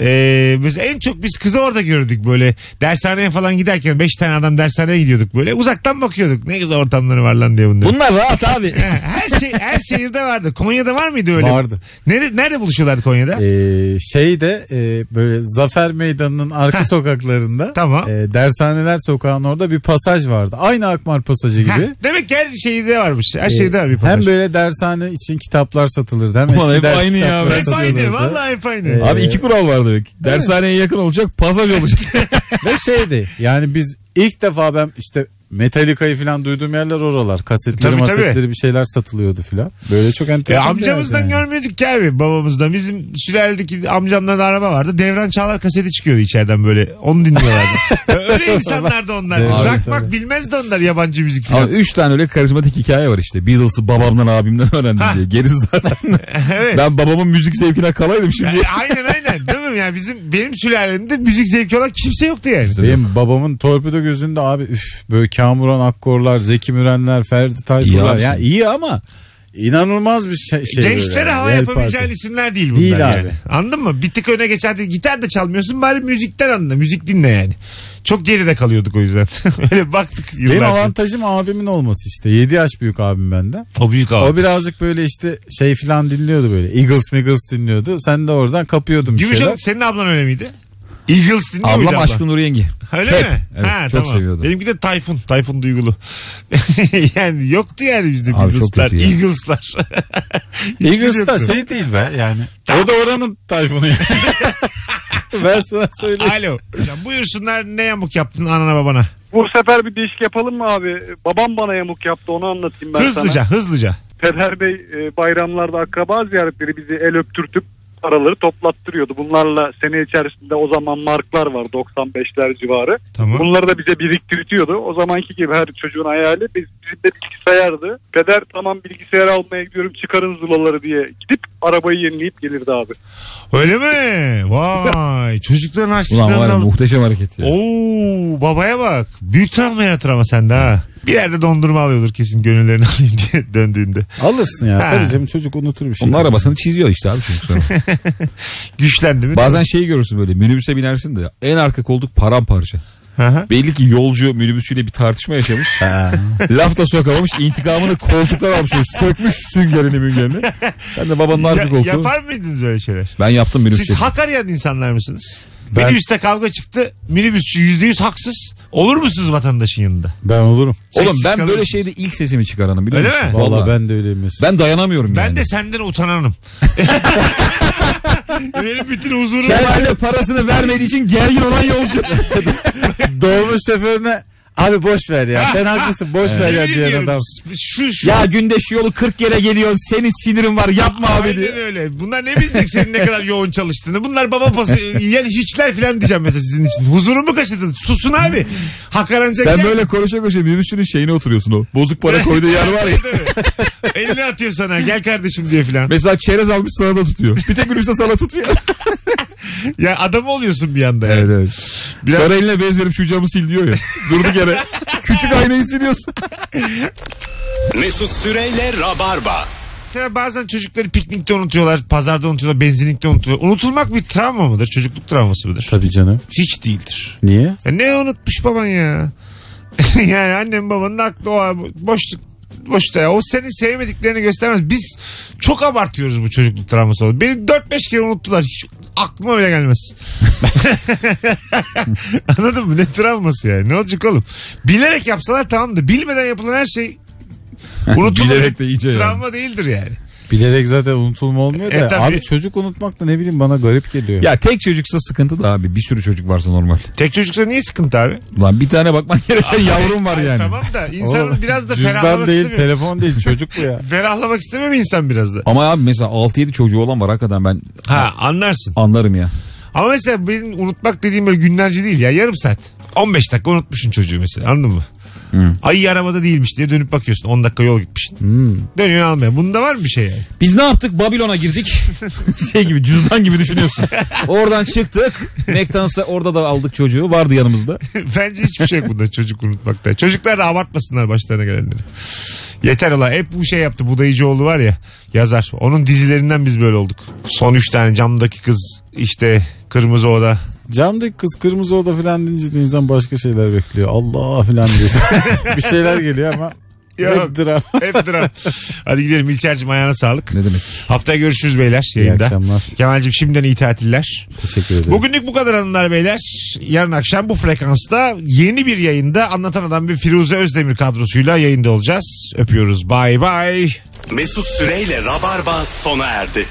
Speaker 2: Ee, biz en çok biz kızı orada gördük böyle dershaneye falan giderken 5 tane adam dershaneye gidiyorduk böyle uzaktan bakıyorduk ne güzel ortamları var lan diye bunların.
Speaker 3: Bunlar rahat abi.
Speaker 2: her şey her şehirde vardı. Konya'da var mıydı öyle?
Speaker 4: Vardı.
Speaker 2: Nerede, nerede buluşuyorlardı Konya'da?
Speaker 4: Ee, şey de e, böyle Zafer Meydanı'nın arka sokaklarında
Speaker 2: Tamam.
Speaker 4: e, Dershaneler Sokağı'nın orada bir pasaj vardı. Aynı Akmar pasajı
Speaker 2: Ha,
Speaker 4: gibi.
Speaker 2: demek ki her şehirde varmış. Her
Speaker 4: Ee,
Speaker 2: şehirde var bir pasaj.
Speaker 4: Hem böyle dershane için kitaplar satılırdı. Hem
Speaker 3: Ulan
Speaker 4: eski
Speaker 3: hep
Speaker 4: ders
Speaker 3: aynı ya.
Speaker 4: kitapları
Speaker 3: Ben
Speaker 2: Hep aynı
Speaker 4: satılırdı.
Speaker 2: vallahi hep aynı.
Speaker 4: Ee,
Speaker 3: Abi iki kural var demek. Dershaneye yakın olacak pasaj olacak.
Speaker 4: Ve şeydi yani biz ilk defa ben işte Metallica'yı falan duyduğum yerler oralar. Kasetleri
Speaker 2: Tabii, tabii.
Speaker 4: masetleri bir şeyler satılıyordu falan. Böyle çok
Speaker 2: Ya
Speaker 4: enteresan bir
Speaker 2: E, amcamızdan
Speaker 4: yerdi yani.
Speaker 2: görmüyorduk ki abi babamızdan. Bizim sülaledeki amcamdan araba vardı. Devran Çağlar kaseti çıkıyordu içeriden böyle. Onu dinliyorlardı. Öyle insanlardı onlar.
Speaker 4: Devran
Speaker 2: Rock
Speaker 4: Çağlar.
Speaker 2: bak bilmezdi onlar yabancı müzik.
Speaker 3: Abi üç tane öyle karizmatik hikaye var işte. Beatles'ı babamdan abimden öğrendim diye. Gerisi zaten.
Speaker 2: evet.
Speaker 3: Ben babamın müzik zevkine kalaydım şimdi.
Speaker 2: E, aynen aynen değil mi? Yani bizim benim sülalemde müzik zevki olan kimse yoktu yani.
Speaker 4: Benim babamın torpido gözünde abi üf böyle Kamuran Akkorlar, Zeki Mürenler, Ferdi Tayfurlar.
Speaker 3: abi
Speaker 4: ya
Speaker 3: sen.
Speaker 4: iyi ama inanılmaz bir şey. şey
Speaker 2: Gençlere
Speaker 4: böyle yani,
Speaker 2: hava
Speaker 4: el
Speaker 2: yapabileceğin
Speaker 4: parçası.
Speaker 2: isimler değil bunlar
Speaker 4: Değil
Speaker 2: yani.
Speaker 4: abi.
Speaker 2: Anladın mı? Bir tık öne geçer. değil. Gitar da çalmıyorsun bari müzikten anla. Müzik dinle yani. Çok geride kalıyorduk o yüzden. Öyle baktık
Speaker 4: Benim
Speaker 2: yıllarca.
Speaker 4: avantajım abimin olması işte. 7 yaş büyük abim benden.
Speaker 2: O büyük abi.
Speaker 4: O birazcık böyle işte şey filan dinliyordu böyle. Eagles Eagles dinliyordu. Sen de oradan kapıyordun bir
Speaker 2: Gümüşhanım
Speaker 4: şeyler.
Speaker 2: senin ablan öyle miydi? Eagles dinliyor muydu
Speaker 3: Ablam
Speaker 2: ablan?
Speaker 3: Aşkın Nur Yengi.
Speaker 2: Öyle
Speaker 3: Hep.
Speaker 2: mi?
Speaker 3: Evet, çok seviyordu.
Speaker 2: Benimki de Tayfun. Tayfun Duygulu. yani yoktu yani bizde
Speaker 3: Abi çok
Speaker 2: Beatles'lar.
Speaker 3: kötü ya.
Speaker 2: Eagles'lar. Hiçbiri
Speaker 4: Eagles da
Speaker 2: yoktu.
Speaker 4: şey değil be yani. O da oranın tayfunu yani. ben sana söyleyeyim.
Speaker 2: Alo. Ya buyursunlar ne yamuk yaptın anana babana?
Speaker 5: Bu sefer bir değişik yapalım mı abi? Babam bana yamuk yaptı onu anlatayım ben sana.
Speaker 2: hızlıca hızlıca.
Speaker 5: Peder Bey e, bayramlarda akraba ziyaretleri bizi el öptürtüp paraları toplattırıyordu. Bunlarla sene içerisinde o zaman marklar var 95'ler civarı.
Speaker 2: Tamam.
Speaker 5: Bunları da bize biriktirtiyordu. O zamanki gibi her çocuğun hayali biz, bizim de bilgisayardı. Peder tamam bilgisayar almaya gidiyorum çıkarın zulaları diye gidip arabayı yenileyip gelirdi abi.
Speaker 2: Öyle mi? Vay. Çocukların
Speaker 3: Ulan var ya
Speaker 2: harçlıklarından.
Speaker 3: muhteşem hareket ya.
Speaker 2: Oo babaya bak. Büyük travma yaratır ama sende ha. Bir yerde dondurma alıyordur kesin gönüllerini alayım diye döndüğünde.
Speaker 4: Alırsın ya.
Speaker 2: Ha.
Speaker 4: Tabii canım çocuk unutur bir şey.
Speaker 3: Onun arabasını çiziyor işte abi çocuk sonra.
Speaker 2: Güçlendi mi?
Speaker 3: Bazen şeyi görürsün böyle minibüse binersin de en arka koltuk paramparça.
Speaker 2: Hı hı.
Speaker 3: Belli ki yolcu minibüsüyle bir tartışma yaşamış. Laf da sokamamış. intikamını koltuklar almış. Böyle Sökmüş süngerini müngerini. Sen de babanın
Speaker 2: Ya-
Speaker 3: arka koltuğu.
Speaker 2: yapar mıydınız öyle şeyler?
Speaker 3: Ben yaptım
Speaker 2: Siz
Speaker 3: minibüsü.
Speaker 2: hak arayan insanlar mısınız?
Speaker 4: Ben-
Speaker 2: Minibüste kavga çıktı. Minibüsçü %100 haksız. Olur musunuz vatandaşın yanında?
Speaker 4: Ben olurum.
Speaker 3: Oğlum
Speaker 2: Sessiz
Speaker 3: ben böyle
Speaker 2: kalırsınız.
Speaker 3: şeyde ilk sesimi çıkaranım biliyor
Speaker 2: Öyle
Speaker 3: musun?
Speaker 2: mi?
Speaker 4: Vallahi,
Speaker 3: Vallahi. ben...
Speaker 4: ben de öyleyim Mesut.
Speaker 3: dayanamıyorum
Speaker 2: Ben
Speaker 3: yani.
Speaker 2: de senden utananım. Benim bütün huzurum var.
Speaker 3: Normalde parasını vermediği için gergin olan yolcu.
Speaker 4: Dolmuş şoförüne abi boş ver ya. Sen haklısın boş ver ya
Speaker 2: Yemin
Speaker 4: diyen
Speaker 2: ediyorum.
Speaker 4: adam.
Speaker 2: Şu, şu
Speaker 3: ya günde şu yolu 40 yere geliyorsun. Senin sinirin var yapma abi diye.
Speaker 2: Aynen öyle. Bunlar ne bilecek senin ne kadar yoğun çalıştığını. Bunlar baba pası yiyen hiçler falan diyeceğim mesela sizin için. Huzurumu kaçırdın. Susun abi. Hak aranacak
Speaker 3: Sen
Speaker 2: yer-
Speaker 3: böyle konuşa konuşa minibüsçünün şeyine oturuyorsun o. Bozuk para koyduğu yer var ya.
Speaker 2: Değil mi? Elini atıyor sana gel kardeşim diye falan.
Speaker 3: Mesela çerez almış sana da tutuyor. Bir tek gülümse sana tutuyor.
Speaker 2: Ya adam oluyorsun bir anda. yani.
Speaker 3: evet. Sonra eline bez verip şu camı sil diyor ya. Durduk yere. Küçük aynayı siliyorsun.
Speaker 1: Mesut Süreyle Rabarba.
Speaker 2: Mesela bazen çocukları piknikte unutuyorlar, pazarda unutuyorlar, benzinlikte unutuyorlar. Unutulmak bir travma mıdır? Çocukluk travması mıdır?
Speaker 4: Tabii canım.
Speaker 2: Hiç değildir.
Speaker 4: Niye?
Speaker 2: Ya ne unutmuş baban ya? yani annem babanın aklı o abi. boşluk boşta ya. O senin sevmediklerini göstermez. Biz çok abartıyoruz bu çocukluk travması oldu. Beni 4-5 kere unuttular. Hiç aklıma bile gelmez. Anladın mı? Ne travması yani? Ne olacak oğlum? Bilerek yapsalar tamam da bilmeden yapılan her şey unutulur.
Speaker 3: Bilerek de iyice yani.
Speaker 2: Travma değildir yani.
Speaker 4: Bilerek zaten unutulma olmuyor da.
Speaker 2: E, tabii.
Speaker 4: abi çocuk unutmak da ne bileyim bana garip geliyor.
Speaker 3: Ya tek çocuksa sıkıntı da abi. Bir sürü çocuk varsa normal.
Speaker 2: Tek çocuksa niye sıkıntı abi?
Speaker 3: Ulan bir tane bakman gereken yavrum var
Speaker 2: Ay,
Speaker 3: yani.
Speaker 2: Tamam da insanın
Speaker 4: Oğlum,
Speaker 2: biraz da
Speaker 4: E, Cüzdan
Speaker 2: ferahlamak
Speaker 4: değil
Speaker 2: istemiyor.
Speaker 4: telefon değil çocuk bu ya.
Speaker 2: Ferahlamak istemiyor mu insan biraz da?
Speaker 3: Ama abi mesela 6-7 çocuğu olan var hakikaten ben
Speaker 2: Ha anlarsın.
Speaker 3: anlarım ya.
Speaker 2: Ama mesela benim unutmak dediğim böyle günlerce değil ya yarım saat. 15 dakika unutmuşsun çocuğu mesela anladın mı?
Speaker 4: Hmm.
Speaker 2: Ayı arabada değilmiş diye dönüp bakıyorsun 10 dakika yol gitmişsin.
Speaker 4: Hmm.
Speaker 2: Dönüyorsun almaya. Bunda var mı bir şey yani?
Speaker 3: Biz ne yaptık? Babilon'a girdik. şey gibi cüzdan gibi düşünüyorsun. Oradan çıktık. McDonald's'a orada da aldık çocuğu. Vardı yanımızda.
Speaker 2: Bence hiçbir şey yok bunda çocuk unutmakta. Çocuklar da abartmasınlar başlarına gelenleri. Yeter ola. Hep bu şey yaptı. Budayıcıoğlu var ya yazar. Onun dizilerinden biz böyle olduk. Son 3 tane camdaki kız işte Kırmızı Oda.
Speaker 4: Camdaki kız kırmızı oda falan deyince de insan başka şeyler bekliyor. Allah falan diyorsun. bir şeyler geliyor ama.
Speaker 2: Yok.
Speaker 4: Hep dram.
Speaker 2: Hep dram. Hadi gidelim İlker'cim ayağına sağlık.
Speaker 3: Ne demek?
Speaker 2: Haftaya görüşürüz beyler
Speaker 4: İyi
Speaker 2: yayında.
Speaker 4: akşamlar.
Speaker 2: Kemal'cim şimdiden iyi tatiller.
Speaker 4: Teşekkür ederim.
Speaker 2: Bugünlük bu kadar hanımlar beyler. Yarın akşam bu frekansta yeni bir yayında Anlatan Adam ve Firuze Özdemir kadrosuyla yayında olacağız. Öpüyoruz. Bay bay.
Speaker 1: Mesut Süreyle Rabarba sona erdi.